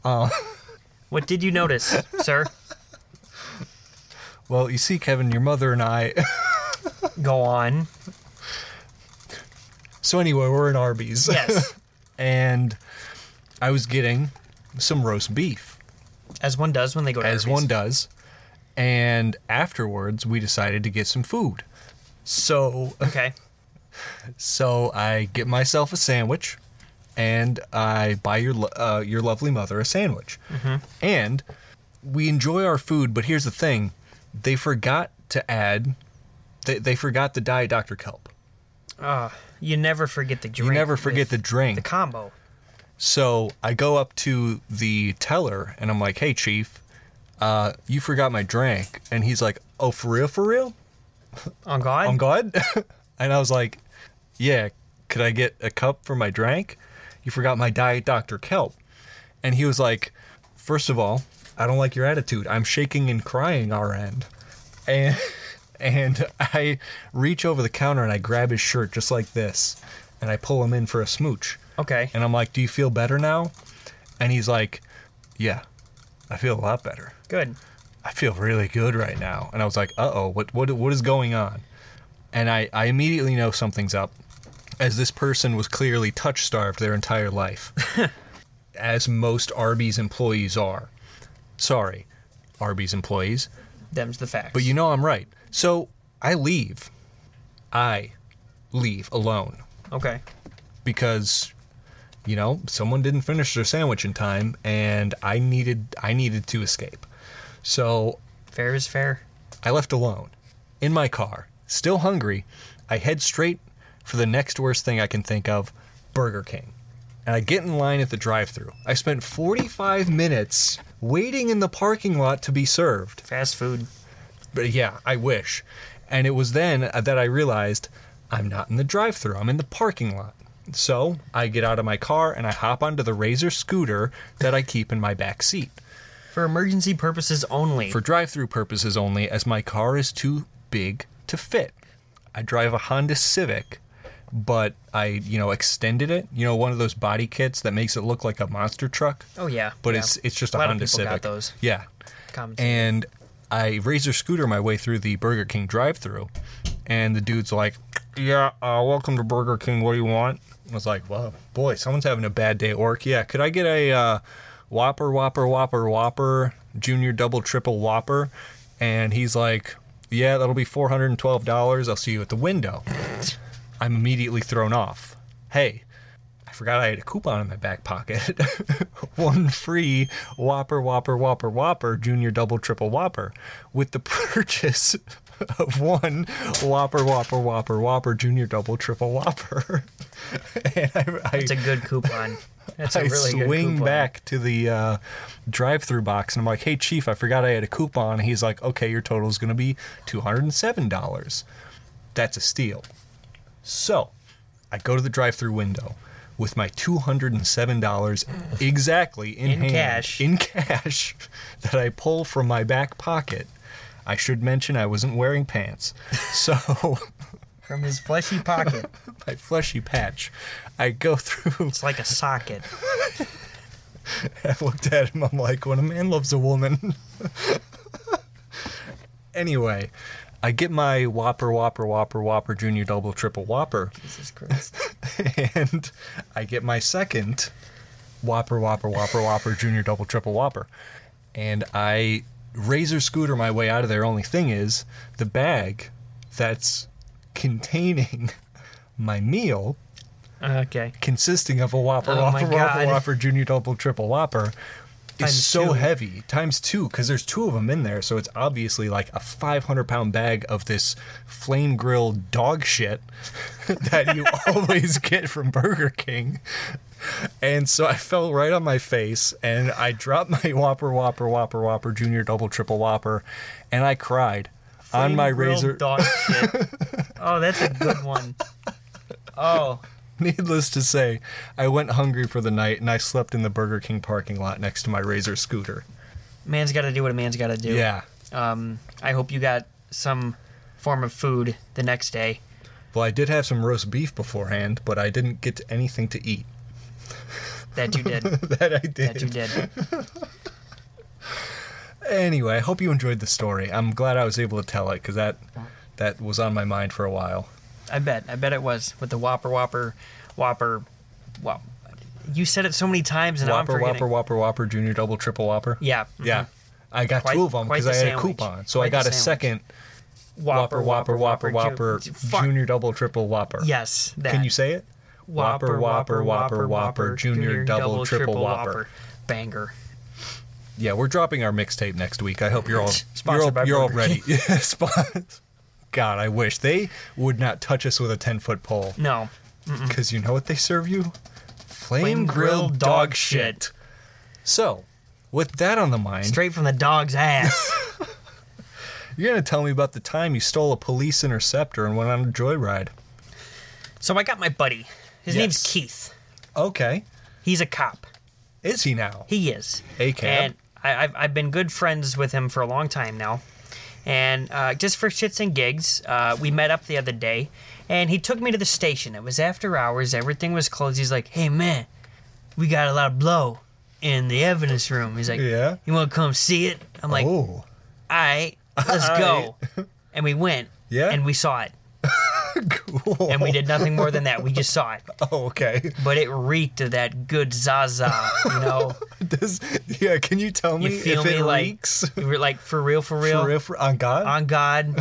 What did you notice, sir?
Well, you see, Kevin, your mother and I.
Go on.
So anyway, we're in Arby's.
Yes.
and I was getting some roast beef,
As one does when they go to
as one does. And afterwards, we decided to get some food. So
Okay.
So I get myself a sandwich, and I buy your lo- uh, your lovely mother a sandwich,
Mm-hmm.
and we enjoy our food. But here's the thing: they forgot to add, they they forgot the Diet Dr Kelp.
You never forget the drink.
You never
with
forget the drink.
the combo.
So I go up to the teller and I'm like, "Hey, chief, uh, you forgot my drink," and he's like, "Oh, for real, for real?
On God?
on God? and I was like, Yeah, could I get a cup for my drink? You forgot my diet Dr. Kelp. And he was like, First of all, I don't like your attitude. I'm shaking and crying our end. And and I reach over the counter and I grab his shirt just like this. And I pull him in for a smooch.
Okay.
And I'm like, Do you feel better now? And he's like, Yeah, I feel a lot better.
Good.
I feel really good right now. And I was like, uh oh, what, what, what is going on? And I, I immediately know something's up, as this person was clearly touch starved their entire life, as most Arby's employees are. Sorry, Arby's employees.
Them's the facts.
But you know I'm right. So I leave. I leave alone
Okay.
because you know someone didn't finish their sandwich in time and I needed I needed to escape. So
Fair is fair.
I left alone, in my car, still hungry. I head straight for the next worst thing I can think of Burger King. And I get in line at the drive thru. I spent 45 minutes waiting in the parking lot to be served.
Fast food.
But yeah, I wish. And it was then uh, that I realized I'm not in the drive thru, I'm in the parking lot. So I get out of my car and I hop onto the Razor scooter that I keep in my back seat
For emergency purposes only.
for drive through purposes only, as my car is too big to fit. I drive a Honda Civic, but I, you know, extended it. You know, one of those body kits that makes it look like a monster truck.
oh yeah.
But
yeah.
it's it's just a,
lot of
Honda
people
Civic.
got those.
Yeah.
Common sense.
And I razor scooter my way through the Burger King drive through and the dude's like, Yeah, uh, welcome to Burger King. What do you want? I was like, Wow, boy, someone's having a bad day at work. Yeah, could I get a uh, Whopper, Whopper, Whopper, Whopper, Junior Double Triple Whopper? And he's like, Yeah, that'll be $412. I'll see you at the window. I'm immediately thrown off. Hey, I forgot I had a coupon in my back pocket. One free Whopper, Whopper, Whopper, Whopper, Junior Double Triple Whopper with the purchase of one Whopper, Whopper, Whopper, Whopper, Junior Double Triple Whopper. and I, I,
It's a good coupon. That's a
I
really good
swing
coupon.
back to the uh, drive-through box and I'm like, "Hey, chief, I forgot I had a coupon." He's like, "Okay, your total is going to be two hundred and seven dollars. That's a steal." So, I go to the drive-through window with my two hundred and seven dollars exactly in,
Mm. In
hand,
cash.
in cash that I pull from my back pocket. I should mention I wasn't wearing pants, so
from his fleshy pocket.
my fleshy patch. I go through.
It's like a socket.
I looked at him. I'm like, when a man loves a woman. anyway, I get my Whopper, Whopper, Whopper, Whopper, Junior Double, Triple Whopper,
Jesus Christ.
and I get my second Whopper, Whopper, Whopper, Whopper, Junior Double, Triple Whopper, and I razor scooter my way out of there. Only thing is, the bag that's containing my meal
Okay.
consisting of a Whopper,
Oh my
Whopper, Whopper,
God.
Whopper, Junior Double, Triple Whopper is
Times
so
two.
heavy, times two, because there's two of them in there. So it's obviously like a 500 pound bag of this flame grilled dog shit that you always get from Burger King. And so I fell right on my face and I dropped my Whopper, Whopper, Whopper, Whopper, Junior Double, Triple Whopper, and I cried on my
Grilled
razor.
Dog shit. oh, that's a good one. Oh,
Needless to say, I went hungry for the night and I slept in the Burger King parking lot next to my Razor scooter.
man's got to do what a man's got to do.
Yeah.
Um, I hope you got some form of food the next day.
Well, I did have some roast beef beforehand, but I didn't get anything to eat.
That you did.
that I
that you
did.
did.
Anyway, I hope you enjoyed the story. I'm glad I was able to tell it because that that was on my mind for a while.
I bet. I bet it was with the Whopper, Whopper, Whopper. Wow, you said it so many times, and now
Whopper,
I'm forgetting.
Whopper, Whopper, Whopper, Junior Double, Triple Whopper.
Yeah. mhm.
Yeah. I got
Quite-
two of them
quite
because
the
I had a
sandwich.
coupon. So I
Quite the
got a
sandwich.
second Whopper, Whopper, Whopper, Whopper,
Ju- fuck.
Junior Double, Triple Whopper.
Yes. That.
Can you say it? Whopper, Whopper, Whopper, Whopper, Junior Double, Triple Whopper.
Banger.
Yeah, we're dropping our mixtape next week. I hope you're all
Sponsored
you're all,
by
you're all
Burger
ready. Yeah, spon- God, I wish they would not touch us with a ten foot pole
No.
because you know what they serve you? Flame,
Flame
grilled,
grilled
dog,
dog
shit.
shit.
So, with that on the mind,
Straight from the dog's ass.
you're gonna tell me about the time you stole a police interceptor and went on a joyride.
so I got my buddy. His
Yes.
name's Keith.
Okay,
He's a cop.
is he now?
He is.
A cab?
And I, I've, I've been good friends with him for a long time now. And uh, just for shits and gigs, uh, we met up the other day and he took me to the station. It was after hours, everything was closed. He's like, hey, man, we got a lot of blow in the evidence room. He's like,
Yeah.
You want to come see it? I'm like, all
oh,
right, let's go. And we went.
Yeah.
And we saw it.
cool.
And we did nothing more than that. We just saw it.
Oh, okay.
But it reeked of that good Zaza, you know?
Does yeah? Can you tell me
You feel
if
me?
it
like,
leaks?
you were like for real, for real,
For, if, on God,
on God,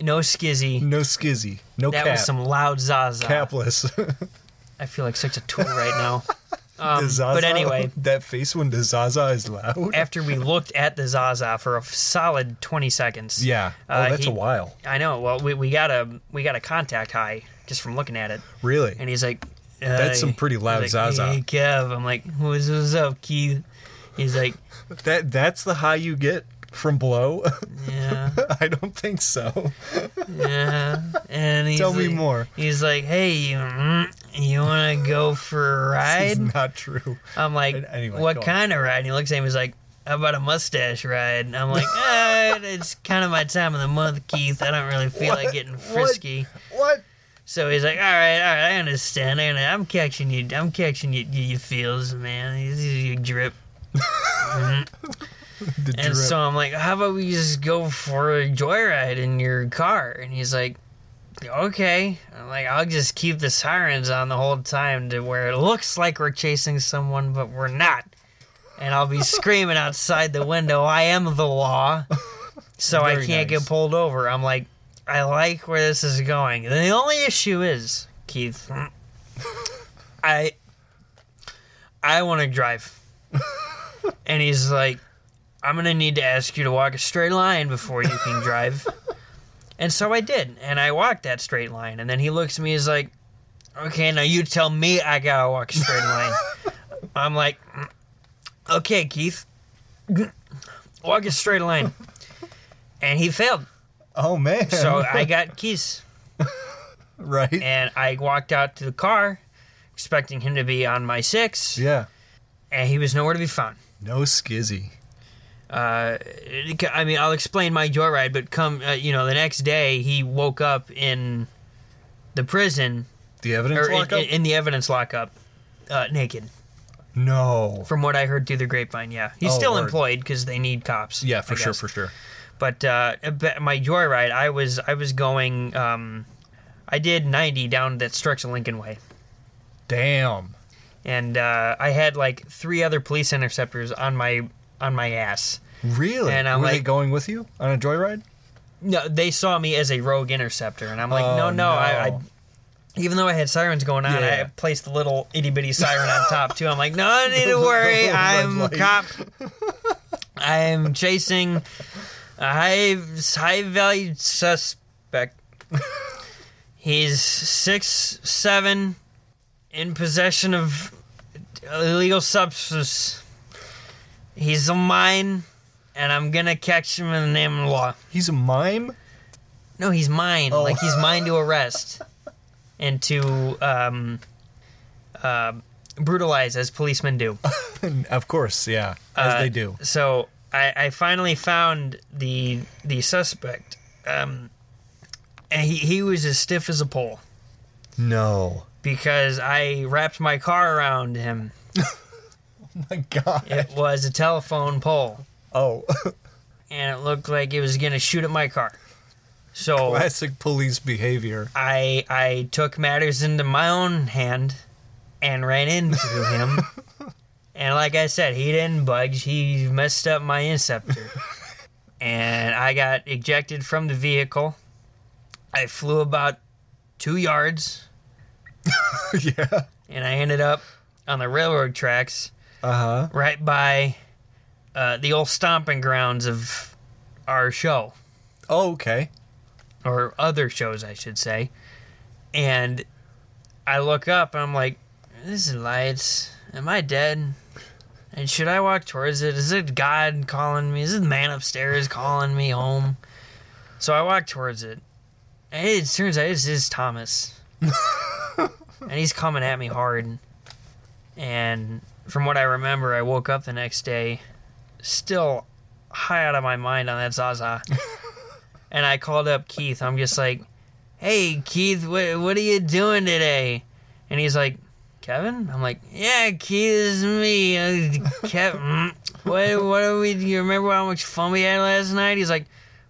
no skizzy.
no skizzy, no
That
cap,
was some loud Zaza.
capless.
I feel like such a tool right now. Um,
The Zaza-
but anyway,
that face when the Zaza is loud.
after we looked at the Zaza for a solid twenty seconds,
yeah. Oh,
uh,
that's
he-
a while.
I know. Well, we, we got a we got a contact high just from looking at it,
Really?
and he's like, uh,
That's some pretty
he's
loud
like,
Zaza.
Hey, Kev. I'm like, what's, what's up, Keith? He's like,
that that's the high you get from blow.
yeah.
I don't think so.
Yeah, and he's
Tell me
like-
more.
He's like, "Hey, you, mm, you want to go for a
It's
ride?"
not true.
I'm like,
And anyway, go
"What
on.
kind of ride?" And he looks at me. He's like, "How about a mustache ride?" And I'm like, uh, "It's kind of my time of the month, Keith. I don't really feel like
What?
getting
What?
frisky."
What?
So he's like, "All right, all right, I understand. I understand. I'm catching you. I'm catching you. You, you feels, man. This is your drip."
The
And
drip.
so I'm like, how about we just go for a joyride in your car? And he's like, okay. I'm like, I'll just keep the sirens on the whole time to where it looks like we're chasing someone, but we're not. And I'll be screaming outside the window, I am the law. So I
Very
can't
nice.
get pulled over. I'm like, I like where this is going. The only issue is, Keith, I I want to drive. and he's like, I'm going to need to ask you to walk a straight line before you can drive. and so I did. And I walked that straight line. And then he looks at me, he's like, okay, now you tell me I got to walk a straight line. I'm like, "Mm, okay, Keith, walk a straight line. And he failed.
oh man.
So I got keys
right.
and I walked out to the car expecting him to be on my six.
yeah.
and he was nowhere to be found.
No skizzy.
Uh, it- I mean, I'll explain my joyride, but come, uh, you know, the next day he woke up in the prison
The
or
evidence
in,
lockup.
in the evidence lockup, uh, naked.
no.
From what I heard through the grapevine, yeah, he's
Oh,
still
word.
employed because they need cops.
yeah,
I
for sure,
guess.
for sure.
But uh, but my joyride, I was I was going. Um, I did ninety down that stretch of Lincoln Way.
Damn.
And uh, I had like three other police interceptors on my on my ass.
Really?
And I'm
Were they
like-
going with you on a joyride?
no, they saw me as a rogue interceptor, and I'm like,
Oh,
no, no, I, I,
no.
even though I had sirens going on,
Yeah.
I placed the little itty bitty siren on top too. I'm like, no, I need to worry,
Red
I'm a
light.
cop, I'm chasing a high high value suspect. He's six seven, in possession of illegal substance. He's a mine, and I'm gonna catch him in the name of the law.
He's a mime.
No, he's mine. Like he's mine to arrest and to um, uh, brutalize as policemen do.
of course, yeah. As
Uh,
they do.
So I, I finally found the the suspect, um, and he, he was as stiff as a pole
No.
because I wrapped my car around him.
My God.
It was a telephone pole,
Oh.
and it looked like it was gonna shoot at my car. So
Classic police behavior.
I I took matters into my own hand and ran into him. and like I said, he didn't budge. He messed up my inceptor. and I got ejected from the vehicle. I flew about 2 yards
yeah.
and I ended up on the railroad tracks
Uh huh.
right by uh, the old stomping grounds of our show.
Oh, okay.
or other shows, I should say. And I look up and I'm like, this is lights. Am I dead? And should I walk towards it? Is it God calling me? Is it the man upstairs calling me home? So I walk towards it. And it turns out this is Thomas. and he's coming at me hard. And from what I remember, I woke up the next day still high out of my mind on that Zaza and I called up Keith. I'm just like, "Hey, Keith, what what are you doing today?" And he's like, "Kevin." I'm like, "Yeah, Keith, this is me, uh, Kevin. What what are we? Do you remember how much fun we had last night?" He's like,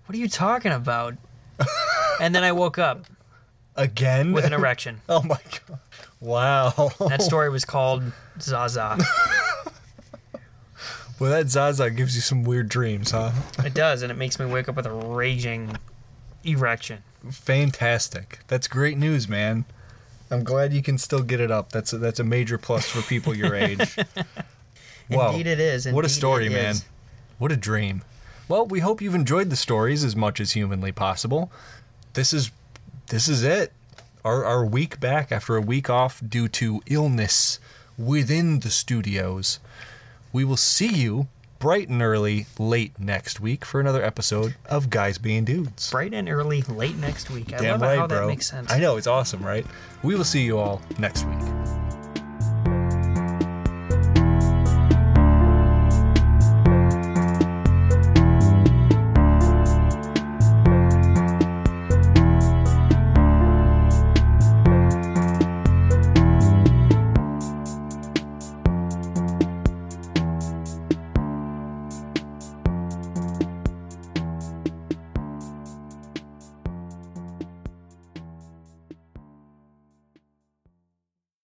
"What are you talking about?" And then I woke up
Again?
with an erection.
oh my god. Wow.
That story was called Zaza.
well, that Zaza gives you some weird dreams, huh?
It does, and it makes me wake up with a raging erection.
Fantastic. That's great news, man. I'm glad you can still get it up. That's a, that's a major plus for people your age. Wow.
Indeed, it is.
what a
Indeed
story,
it
man.
is.
What a dream. Well, we hope you've enjoyed the stories as much as humanly possible. This is this is it. Our our week back after a week off due to illness within the studios. We will see you bright and early late next week for another episode of Guys Being Dudes.
Bright and early, late next week. I
Damn
love
right,
how
bro.
that makes sense.
I know it's awesome, right? We will see you all next week.